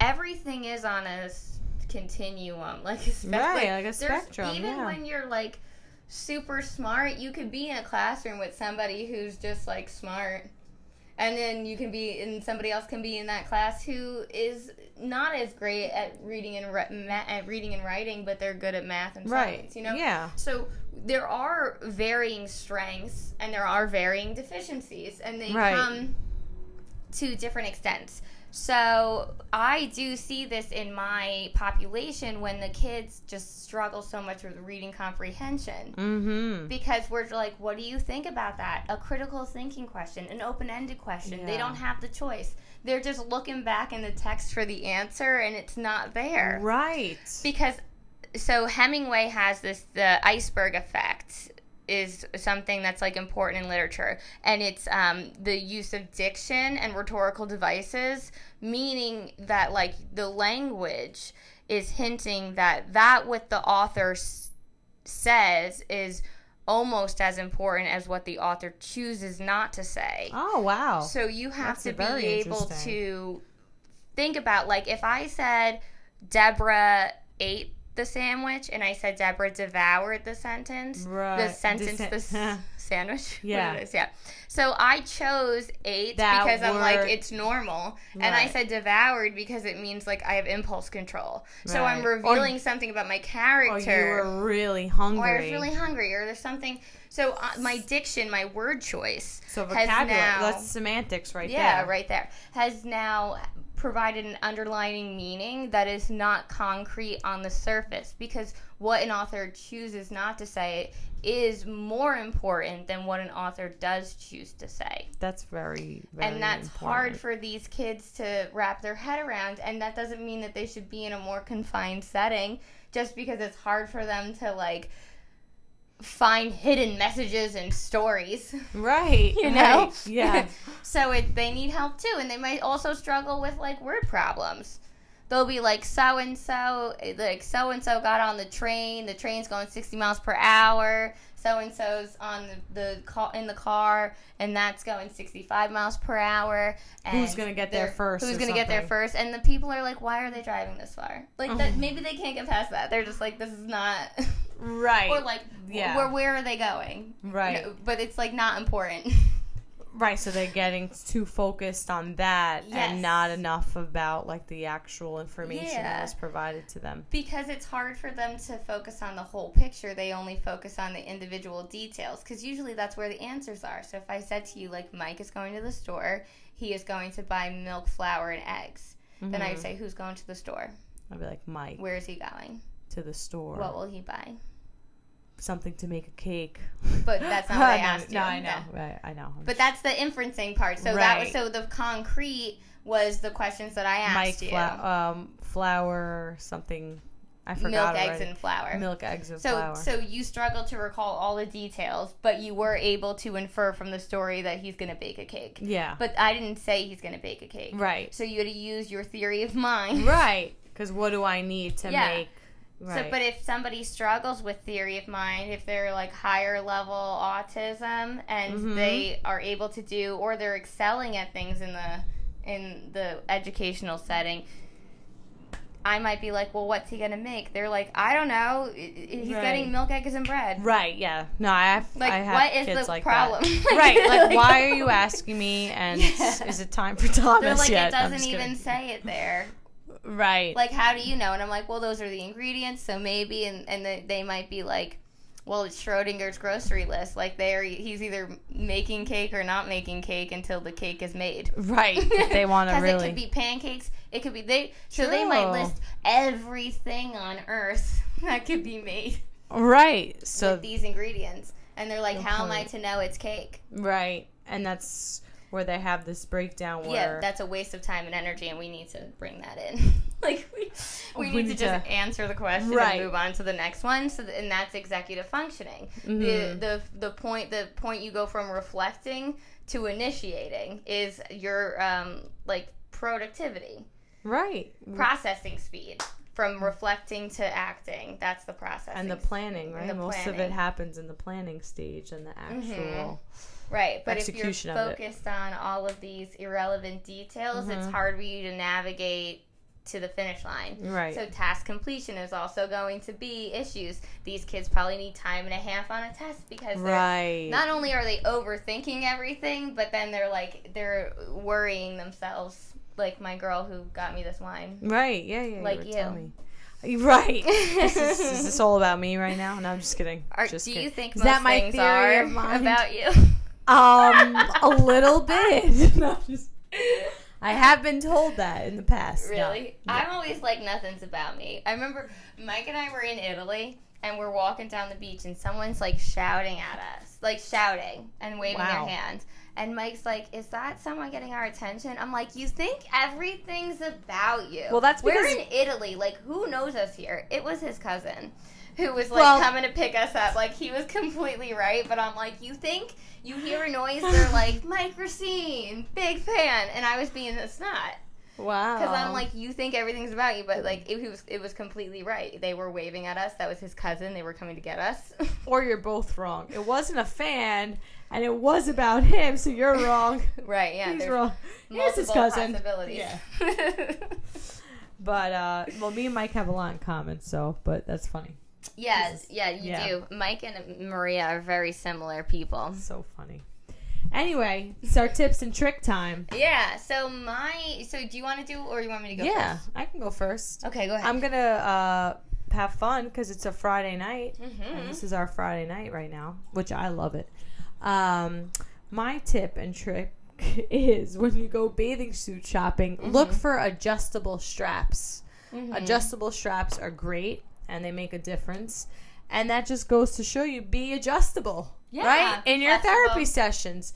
Speaker 3: everything is on a s- continuum, like a spec-
Speaker 2: Right, like a
Speaker 3: there's-
Speaker 2: spectrum,
Speaker 3: Even
Speaker 2: yeah.
Speaker 3: when you're like super smart, you could be in a classroom with somebody who's just like smart. And then you can be, and somebody else can be in that class who is not as great at reading and ri- ma- at reading and writing, but they're good at math and
Speaker 2: Right.
Speaker 3: science. You know,
Speaker 2: Yeah.
Speaker 3: so there are varying strengths and there are varying deficiencies, and they
Speaker 2: Right.
Speaker 3: come to different extents. So I do see this in my population when the kids just struggle so much with reading comprehension
Speaker 2: Mm-hmm.
Speaker 3: because we're like, what do you think about that? A critical thinking question, an open ended question. They
Speaker 2: Yeah.
Speaker 3: don't have the choice. They're just looking back in the text for the answer, and it's not there
Speaker 2: Right.
Speaker 3: because so Hemingway has this the iceberg effect is something that's like important in literature and it's um, the use of diction and rhetorical devices meaning that like the language is hinting that that what the author s- says is almost as important as what the author chooses not to say
Speaker 2: Oh wow.
Speaker 3: so you have
Speaker 2: That's
Speaker 3: to
Speaker 2: very
Speaker 3: be able
Speaker 2: interesting.
Speaker 3: to think about like if I said Deborah ate the sandwich and I said Deborah devoured the sentence, the
Speaker 2: Right.
Speaker 3: sentence,
Speaker 2: Desen-
Speaker 3: the s- sandwich, What
Speaker 2: Yeah.
Speaker 3: it is, yeah. So I chose ate
Speaker 2: That
Speaker 3: because I'm like
Speaker 2: word-
Speaker 3: it's normal, and I
Speaker 2: Right.
Speaker 3: said devoured because it means like I have impulse control. So I'm
Speaker 2: Right. Or-
Speaker 3: revealing something about my
Speaker 2: or Oh, you
Speaker 3: character.
Speaker 2: were really
Speaker 3: Or I was
Speaker 2: hungry.
Speaker 3: really hungry, or there's something. So uh, my diction, my word choice,
Speaker 2: so
Speaker 3: has
Speaker 2: vocabulary.
Speaker 3: now
Speaker 2: That's semantics right
Speaker 3: yeah,
Speaker 2: there.
Speaker 3: right there. Has now provided an underlining meaning that is not concrete on the surface because what an author chooses not to say is more important than what an author does choose to say.
Speaker 2: That's very, very
Speaker 3: And that's hard
Speaker 2: important.
Speaker 3: for these kids to wrap their head around. And that doesn't mean that they should be in a more confined setting just because it's hard for them to like find hidden messages and stories.
Speaker 2: right?
Speaker 3: you know?
Speaker 2: right, yeah,
Speaker 3: so it, they need help too, and they might also struggle with like word problems. They'll be like so and so, like so and so got on the train. The train's going sixty miles per hour. So and so's on the, the car in the car, and that's going sixty five miles per hour. And
Speaker 2: Who's gonna get there
Speaker 3: they're-
Speaker 2: first
Speaker 3: Who's
Speaker 2: or
Speaker 3: gonna get there
Speaker 2: something. Oh.
Speaker 3: first? And the people are like, "Why are they driving this far? Like that? Maybe they can't get past that. They're just like, this is not."
Speaker 2: right,
Speaker 3: or like,
Speaker 2: Yeah.
Speaker 3: where where are they going?
Speaker 2: right,
Speaker 3: No, but it's like not important.
Speaker 2: right. So they're getting too focused on that
Speaker 3: Yes.
Speaker 2: and not enough about like the actual information
Speaker 3: Yeah.
Speaker 2: that was provided to them.
Speaker 3: because it's hard for them to focus on the whole picture they only focus on the individual details because usually that's where the answers are so if i said to you like mike is going to the store he is going to buy milk flour and eggs then i would say who's going to the store
Speaker 2: Mm-hmm. I'd be like, Mike,
Speaker 3: where is he going
Speaker 2: to the store,
Speaker 3: what will he buy
Speaker 2: something to make a cake.
Speaker 3: But that's not what I
Speaker 2: No,
Speaker 3: asked
Speaker 2: No,
Speaker 3: you.
Speaker 2: I know,
Speaker 3: Yeah.
Speaker 2: right, I know.
Speaker 3: but that's the inferencing part so that
Speaker 2: Right.
Speaker 3: was so the concrete was the questions that i
Speaker 2: Mike,
Speaker 3: asked you
Speaker 2: fla- um, flour, something. I forgot
Speaker 3: milk eggs
Speaker 2: already.
Speaker 3: and flour
Speaker 2: milk, eggs, and
Speaker 3: So,
Speaker 2: flour.
Speaker 3: so you struggled to recall all the details, but you were able to infer from the story that he's going to bake a cake.
Speaker 2: yeah,
Speaker 3: But I didn't say he's going to bake a cake.
Speaker 2: right,
Speaker 3: So you had to use your theory of mind.
Speaker 2: right. Because what do I need to
Speaker 3: Yeah.
Speaker 2: make? Right.
Speaker 3: So, but if somebody struggles with theory of mind, if they're like higher level autism and
Speaker 2: Mhm.
Speaker 3: they are able to do, or they're excelling at things in the in the educational setting, I might be like, well, what's he gonna make? They're like, I don't know. I- I- He's
Speaker 2: Right.
Speaker 3: getting milk, eggs, and bread.
Speaker 2: right, yeah. No, I have.
Speaker 3: Like,
Speaker 2: I have
Speaker 3: what is
Speaker 2: kids
Speaker 3: the
Speaker 2: like
Speaker 3: problem?
Speaker 2: That. right. Like, why are you asking me? And
Speaker 3: Yeah.
Speaker 2: is it time for Thomas
Speaker 3: They're like,
Speaker 2: yet?
Speaker 3: it
Speaker 2: I'm
Speaker 3: doesn't
Speaker 2: just
Speaker 3: even
Speaker 2: kidding.
Speaker 3: say it there.
Speaker 2: Right.
Speaker 3: Like, how do you know? And I'm like, well, those are the ingredients, so maybe. And and they, they might be like, well, it's Schrodinger's grocery list. Like, they are he's either making cake or not making cake until the cake is made.
Speaker 2: right. They want to
Speaker 3: Because
Speaker 2: really.
Speaker 3: it could be pancakes. It could be they. So they might
Speaker 2: True.
Speaker 3: list everything on Earth that could be made
Speaker 2: right. So
Speaker 3: with these ingredients. And they're like,
Speaker 2: Good
Speaker 3: how am I
Speaker 2: point.
Speaker 3: to know it's cake?
Speaker 2: right, and that's where they have this breakdown
Speaker 3: yeah,
Speaker 2: where
Speaker 3: that's a waste of time and energy, and we need to bring that in. like we, we, need, to just answer the question
Speaker 2: Right.
Speaker 3: and move on to the next one. So, th- and that's executive functioning.
Speaker 2: Mhm.
Speaker 3: The the the point the point you go from reflecting to initiating is your um like productivity,
Speaker 2: right,
Speaker 3: processing speed from reflecting to acting. That's the processing.
Speaker 2: and the
Speaker 3: s-
Speaker 2: planning, right?
Speaker 3: the
Speaker 2: Most of it
Speaker 3: planning. Mm-hmm.
Speaker 2: happens in the planning stage and the actual.
Speaker 3: Right, but if you're
Speaker 2: execution of it. Mm-hmm.
Speaker 3: focused on all of these irrelevant details, it's hard for you to navigate to the finish line.
Speaker 2: Right.
Speaker 3: So task completion is also going to be issues. These kids probably need time and a half on a test because they're
Speaker 2: right.
Speaker 3: not only are they overthinking everything, but then they're like they're worrying themselves. Like my girl who got me this wine.
Speaker 2: right. Yeah. Yeah.
Speaker 3: Like
Speaker 2: were
Speaker 3: you.
Speaker 2: telling me. Right. this is, is this all about me right now? No, I'm just kidding.
Speaker 3: Are,
Speaker 2: just
Speaker 3: do
Speaker 2: kidding.
Speaker 3: you think
Speaker 2: Is
Speaker 3: most
Speaker 2: that my
Speaker 3: things
Speaker 2: theory
Speaker 3: are
Speaker 2: of mind?
Speaker 3: about you?
Speaker 2: Um, a little bit. No, I'm just- I have been told that in the past. No.
Speaker 3: Really? I'm always like, nothing's about me. I remember Mike and I were in Italy and we're walking down the beach and someone's like shouting at us, like shouting and waving
Speaker 2: Wow.
Speaker 3: their hand. And Mike's like, is that someone getting our attention? I'm like, you think everything's about you.
Speaker 2: Well, that's
Speaker 3: We're
Speaker 2: because-
Speaker 3: in Italy. Like, who knows us here? It was his cousin who was like
Speaker 2: Well-
Speaker 3: coming to pick us up. Like, he was completely right. But I'm like, you think you hear a noise? They're like, Mike Racine, big fan. And I was being a snot.
Speaker 2: Wow.
Speaker 3: Because I'm like, you think everything's about you, but like, it, he was it was completely right. They were waving at us. That was his cousin. They were coming to get us.
Speaker 2: or you're both wrong. It wasn't a fan, and it was about him, so you're wrong.
Speaker 3: right? Yeah.
Speaker 2: He's
Speaker 3: there's
Speaker 2: wrong. Here's his
Speaker 3: multiple
Speaker 2: cousin.
Speaker 3: Possibilities.
Speaker 2: Yeah. But uh, well, me and Mike have a lot in common, so but that's funny.
Speaker 3: yes. Yeah. You
Speaker 2: Yeah.
Speaker 3: do. Mike and Maria are very similar people.
Speaker 2: So funny. Anyway, it's our tips and trick time.
Speaker 3: Yeah. So my. So do you want to do, or you want me to go?
Speaker 2: yeah, I can go first.
Speaker 3: first? Okay. Go ahead.
Speaker 2: I'm gonna uh, have fun because it's a Friday night. And
Speaker 3: hmm
Speaker 2: this is our Friday night right now, which I love it. Um, my tip and trick is when you go bathing suit shopping, look for adjustable straps. Mm-hmm. Adjustable straps are great and they make a difference. And that just goes to show you be adjustable,
Speaker 3: Yeah,
Speaker 2: right? In your
Speaker 3: flexible.
Speaker 2: therapy sessions,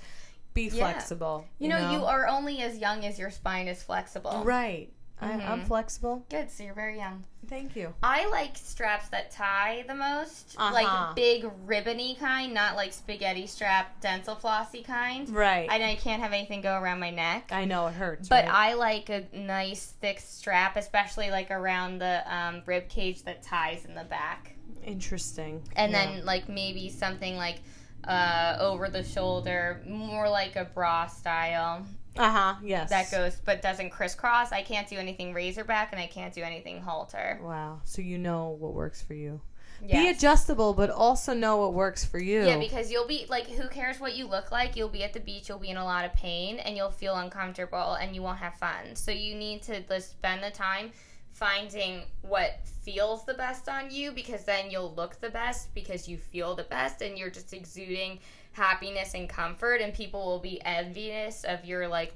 Speaker 2: be flexible.
Speaker 3: You know, you are only as young as your spine is flexible.
Speaker 2: right. I,
Speaker 3: Mm-hmm.
Speaker 2: I'm flexible.
Speaker 3: Good, so you're very young.
Speaker 2: Thank you.
Speaker 3: I like straps that tie the most,
Speaker 2: Uh-huh.
Speaker 3: like big ribbony kind, not like spaghetti strap, dental flossy kind.
Speaker 2: Right.
Speaker 3: And I can't have anything go around my neck.
Speaker 2: I know it hurts.
Speaker 3: But
Speaker 2: right?
Speaker 3: I like a nice thick strap, especially like around the um, rib cage that ties in the back.
Speaker 2: interesting.
Speaker 3: And
Speaker 2: Yeah.
Speaker 3: then like maybe something like uh, over the shoulder, more like a bra style
Speaker 2: uh huh. Yes.
Speaker 3: that goes, but doesn't crisscross. I can't do anything razorback, and I can't do anything halter.
Speaker 2: Wow. So you know what works for you. Be
Speaker 3: Yes.
Speaker 2: adjustable, but also know what works for you.
Speaker 3: Yeah, because you'll be like, who cares what you look like? You'll be at the beach, you'll be in a lot of pain, and you'll feel uncomfortable, and you won't have fun. So you need to just spend the time finding what feels the best on you, because then you'll look the best because you feel the best, and you're just exuding happiness and comfort, and people will be envious of your like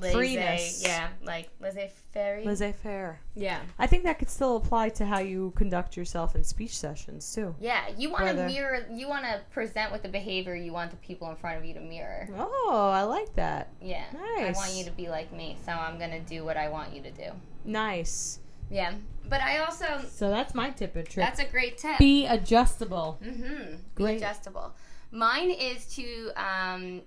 Speaker 3: laissez,
Speaker 2: Freeness.
Speaker 3: yeah, like laissez faire.
Speaker 2: laissez faire.
Speaker 3: yeah,
Speaker 2: I think that could still apply to how you conduct yourself in speech sessions too.
Speaker 3: yeah. You want to
Speaker 2: Whether-
Speaker 3: mirror. You want to present with the behavior you want the people in front of you to mirror.
Speaker 2: Oh, I like that.
Speaker 3: Yeah. I
Speaker 2: Nice.
Speaker 3: want you to be like me, so I'm going to do what I want you to do.
Speaker 2: Nice.
Speaker 3: Yeah. But I also,
Speaker 2: So that's my tip and trick.
Speaker 3: that's a great tip.
Speaker 2: Be adjustable.
Speaker 3: mm-hmm.
Speaker 2: Great.
Speaker 3: Be adjustable. Mine is to, um,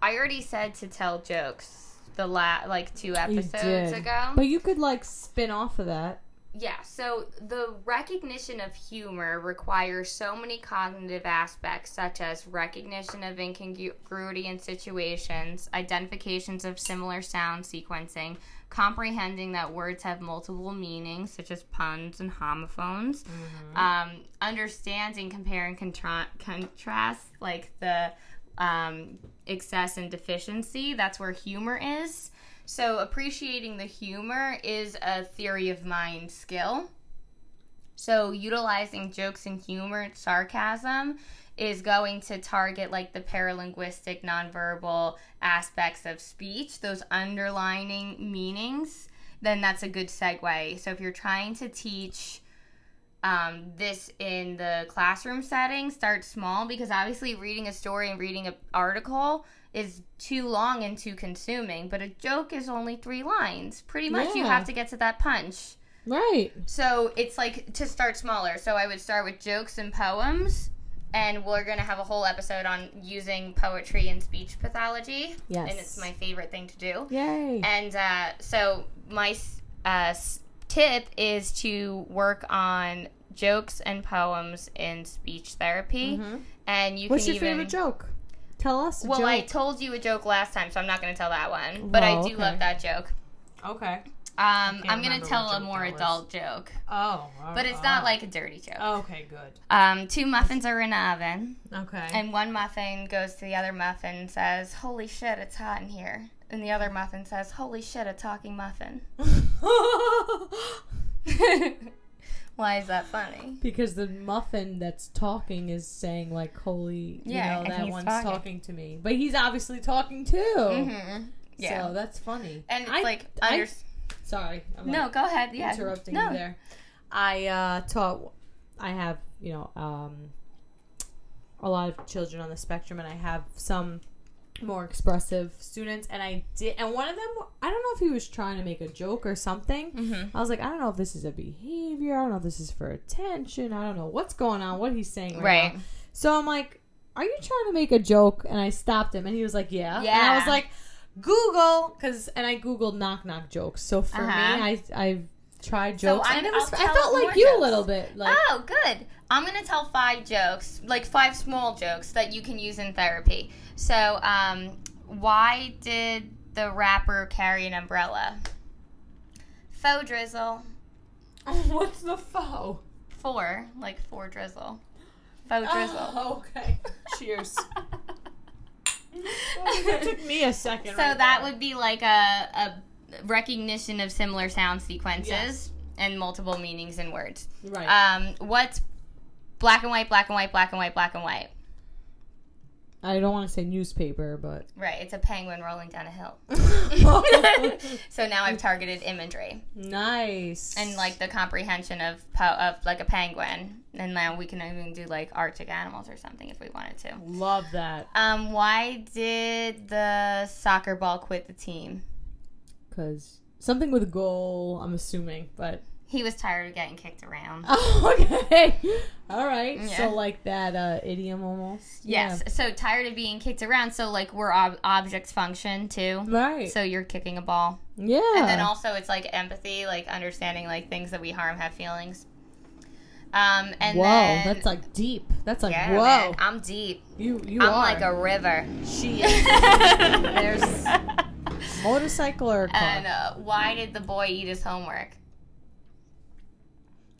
Speaker 3: I already said to tell jokes the la- like two episodes ago.
Speaker 2: Oh, But you could like spin off of that.
Speaker 3: Yeah, so the recognition of humor requires so many cognitive aspects, such as recognition of incongruity in situations, identifications of similar sound sequencing, comprehending that words have multiple meanings, such as puns and homophones, um, understanding, compare, and contra- contrast, like the um, excess and deficiency. That's where humor is. So, appreciating the humor is a theory of mind skill. So, utilizing jokes and humor, sarcasm, is going to target like the paralinguistic nonverbal aspects of speech, those underlining meanings. Then that's a good segue. So, if you're trying to teach um, this in the classroom setting, start small because obviously reading a story and reading an article is too long and too consuming. But a joke is only three lines. Pretty much, you
Speaker 2: Yeah.
Speaker 3: have to get to that punch.
Speaker 2: Right.
Speaker 3: So it's like to start smaller. So I would start with jokes and poems. And we're going to have a whole episode on using poetry and speech pathology.
Speaker 2: Yes.
Speaker 3: And it's my favorite thing to do.
Speaker 2: Yay.
Speaker 3: And uh, so my s- uh, s- tip is to work on jokes and poems in speech therapy. And you
Speaker 2: Mm-hmm. What's
Speaker 3: can
Speaker 2: your
Speaker 3: even,
Speaker 2: favorite joke? Tell us. A
Speaker 3: Well,
Speaker 2: joke.
Speaker 3: I told you a joke last time, so I'm not going to tell that one. But
Speaker 2: Well,
Speaker 3: I do
Speaker 2: okay.
Speaker 3: love that joke.
Speaker 2: Okay.
Speaker 3: Um, I'm going
Speaker 2: remember
Speaker 3: to
Speaker 2: what
Speaker 3: tell a
Speaker 2: joke
Speaker 3: more
Speaker 2: that was.
Speaker 3: adult joke,
Speaker 2: Oh.
Speaker 3: but it's not like a dirty joke.
Speaker 2: Okay. Good.
Speaker 3: Um, two muffins are in an oven,
Speaker 2: Okay.
Speaker 3: and one muffin goes to the other muffin and says, "Holy shit, it's hot in here." And the other muffin says, "Holy shit, a talking muffin." Why is that funny?
Speaker 2: because the muffin that's talking is saying like, "Holy, you
Speaker 3: Yeah, and
Speaker 2: know, that
Speaker 3: he's
Speaker 2: one's
Speaker 3: talking.
Speaker 2: talking. to me," but he's obviously talking too.
Speaker 3: Mm-hmm. Yeah.
Speaker 2: So that's funny.
Speaker 3: and it's
Speaker 2: I-
Speaker 3: like
Speaker 2: I-
Speaker 3: under-
Speaker 2: sorry. I'm like,
Speaker 3: no, go ahead. Yeah,
Speaker 2: interrupting
Speaker 3: no.
Speaker 2: you there. I uh, taught. I have you know um, a lot of children on the spectrum, and I have some more expressive students. And I did, and one of them, I don't know if he was trying to make a joke or something.
Speaker 3: Mm-hmm.
Speaker 2: I was like, I don't know if this is a behavior. I don't know if this is for attention. I don't know what's going on. What he's saying right.
Speaker 3: Right.
Speaker 2: now. So I'm like, are you trying to make a joke? And I stopped him, and he was like, yeah. And I was
Speaker 3: Yeah.
Speaker 2: like, Google, because and I googled knock knock jokes. So for
Speaker 3: Uh-huh.
Speaker 2: me, I I've tried
Speaker 3: So
Speaker 2: jokes.
Speaker 3: I'm-
Speaker 2: and it
Speaker 3: I'll
Speaker 2: was, I
Speaker 3: tell
Speaker 2: felt
Speaker 3: more
Speaker 2: like you
Speaker 3: jokes.
Speaker 2: a little bit. Like
Speaker 3: Oh, good. I'm gonna tell five jokes, like five small jokes that you can use in therapy. So, um, why did the rapper carry an umbrella? Faux drizzle.
Speaker 2: what's the foe?
Speaker 3: Four, like four drizzle. Faux drizzle.
Speaker 2: okay. Cheers. that took me a second.
Speaker 3: So that would be like a, a recognition of similar sound sequences
Speaker 2: Yes.
Speaker 3: and multiple meanings in words.
Speaker 2: would right.
Speaker 3: Um, what's black and white, black and white, black and white, black and white?
Speaker 4: I don't want to say newspaper, but
Speaker 3: Right, it's a penguin rolling down a hill. so now I've targeted imagery
Speaker 4: nice.
Speaker 3: and like the comprehension of po- of like a penguin, and now we can even do like Arctic animals or something if we wanted to.
Speaker 4: love that
Speaker 3: Um, why did the soccer ball quit the team?
Speaker 4: because something with a goal. I'm assuming, but
Speaker 3: He was tired of getting kicked around.
Speaker 4: oh, okay, all right.
Speaker 3: Yeah.
Speaker 4: So like that uh, idiom almost.
Speaker 3: Yes, so tired of being kicked around. So like we're ob- objects function too.
Speaker 4: Yeah. Right.
Speaker 3: So you're kicking a ball,
Speaker 4: yeah.
Speaker 3: and then also it's like empathy, like understanding like things that we harm have feelings. Um, and
Speaker 4: whoa,
Speaker 3: then
Speaker 4: that's like deep. That's like
Speaker 3: yeah,
Speaker 4: whoa.
Speaker 3: man, I'm deep.
Speaker 4: You you
Speaker 3: I'm
Speaker 4: are
Speaker 3: like a river.
Speaker 4: she
Speaker 3: There's
Speaker 4: motorcycle or a car.
Speaker 3: and uh, why did the boy eat his homework?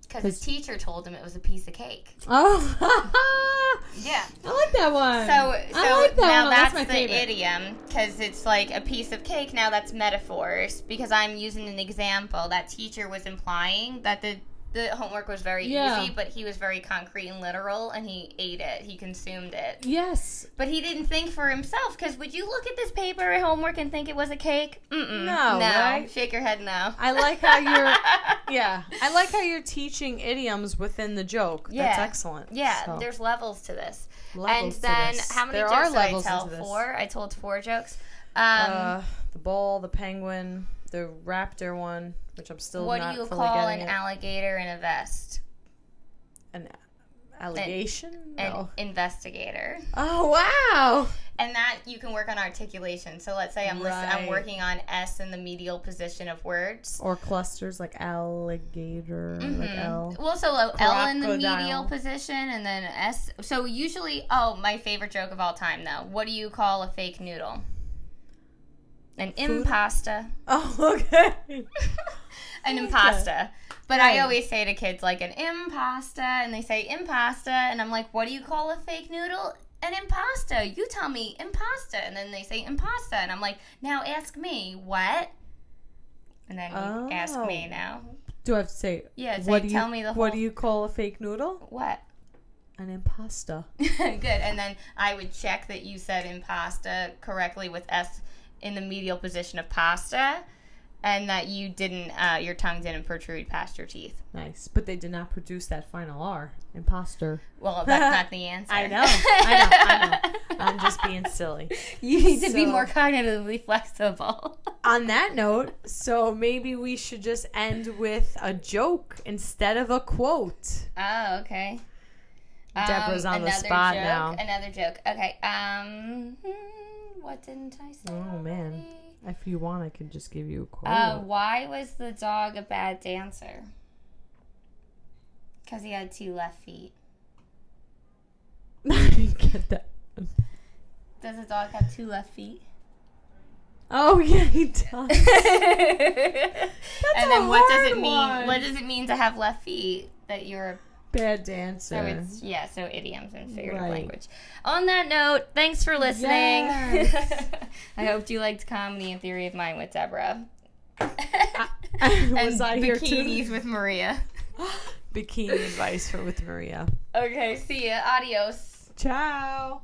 Speaker 3: Because his teacher told him it was a piece of cake.
Speaker 4: Oh,
Speaker 3: Yeah.
Speaker 4: I like that one.
Speaker 3: So, so
Speaker 4: I like that
Speaker 3: now
Speaker 4: one. that's
Speaker 3: that's,
Speaker 4: my
Speaker 3: the
Speaker 4: favorite.
Speaker 3: idiom because it's like a piece of cake. Now that's metaphors because I'm using an example that teacher was implying that the the homework was very
Speaker 4: Yeah.
Speaker 3: easy, but he was very concrete and literal, and he ate it. He consumed it,
Speaker 4: Yes.
Speaker 3: but he didn't think for himself. Because would you look at this paper at homework and think it was a cake? Mm-mm.
Speaker 2: No,
Speaker 3: no.
Speaker 2: right?
Speaker 3: Shake your head no.
Speaker 2: I like how you're. Yeah, I like how you're teaching idioms within the joke. That's
Speaker 3: Yeah.
Speaker 2: excellent.
Speaker 3: Yeah,
Speaker 2: So,
Speaker 3: there's levels to this.
Speaker 4: Levels to
Speaker 3: and then
Speaker 4: this.
Speaker 3: how many
Speaker 2: There
Speaker 3: jokes
Speaker 2: are
Speaker 3: did
Speaker 2: levels
Speaker 3: I tell?
Speaker 2: into this.
Speaker 3: Four. I told four jokes. Um,
Speaker 2: uh, the ball, the penguin, the raptor one, which I'm still
Speaker 3: what
Speaker 2: not
Speaker 3: do you
Speaker 2: fully
Speaker 3: call an
Speaker 2: getting it.
Speaker 3: alligator in a vest?
Speaker 2: an allegation?
Speaker 3: An
Speaker 2: no.
Speaker 3: investigator.
Speaker 2: Oh wow!
Speaker 3: And that you can work on articulation. So let's say I'm listen-
Speaker 2: Right.
Speaker 3: I'm working on s in the medial position of words.
Speaker 2: Or clusters like alligator, like
Speaker 3: Mm-hmm.
Speaker 2: L.
Speaker 3: Well, so uh, L in the
Speaker 2: Crocodile.
Speaker 3: medial position and then S. So usually, oh, my favorite joke of all time though. What do you call a fake noodle? An impasta.
Speaker 2: Oh okay.
Speaker 3: an impasta. But
Speaker 2: Right.
Speaker 3: I always say to kids like an impasta, and they say impasta, and I'm like, what do you call a fake noodle? An impasta. You tell me impasta, and then they say impasta, and I'm like, now ask me what. And then you ask
Speaker 2: Oh.
Speaker 3: me now.
Speaker 2: do I have to say?
Speaker 3: Yeah, it's
Speaker 2: what
Speaker 3: like,
Speaker 2: do
Speaker 3: tell
Speaker 2: you,
Speaker 3: me the
Speaker 2: What
Speaker 3: whole-
Speaker 2: do you call a fake noodle?
Speaker 3: What?
Speaker 2: An impasta.
Speaker 3: Good. And then I would check that you said impasta correctly with S in the medial position of pasta, and that you didn't, uh, your tongue didn't protrude past your teeth.
Speaker 4: Nice, but they did not produce that final R. Imposter.
Speaker 3: Well, that's not the answer.
Speaker 2: I know. I know. I know. I'm just being silly.
Speaker 3: You need to be
Speaker 2: So-
Speaker 3: more cognitively flexible.
Speaker 2: On that note, so maybe we should just end with a joke instead of a quote.
Speaker 3: oh, okay. Um,
Speaker 2: Deborah's on the
Speaker 3: another
Speaker 2: spot
Speaker 3: joke,
Speaker 2: now.
Speaker 3: Another joke. Okay. Um, hmm, what didn't I say?
Speaker 2: Oh man.
Speaker 3: already?
Speaker 4: If you want, I could just give you a quote.
Speaker 3: Uh,
Speaker 2: Oh.
Speaker 3: why was the dog a bad dancer? Because he had two left feet.
Speaker 4: I didn't get that.
Speaker 3: Does a dog have two left feet?
Speaker 4: Oh yeah, he does.
Speaker 3: and then what does
Speaker 4: hard
Speaker 3: it mean?
Speaker 4: one.
Speaker 3: What does it mean to have left feet? That you're a
Speaker 4: Bad dancer.
Speaker 3: So it's yeah, so idioms and figurative
Speaker 4: Right.
Speaker 3: language. On that note, thanks for listening.
Speaker 4: Yes.
Speaker 3: I hope you liked comedy and theory of mine with Deborah.
Speaker 2: was
Speaker 3: and
Speaker 2: I here too?
Speaker 3: bikinis with Maria.
Speaker 2: Bikini advice for with Maria.
Speaker 3: Okay, see ya. Adios.
Speaker 2: Ciao.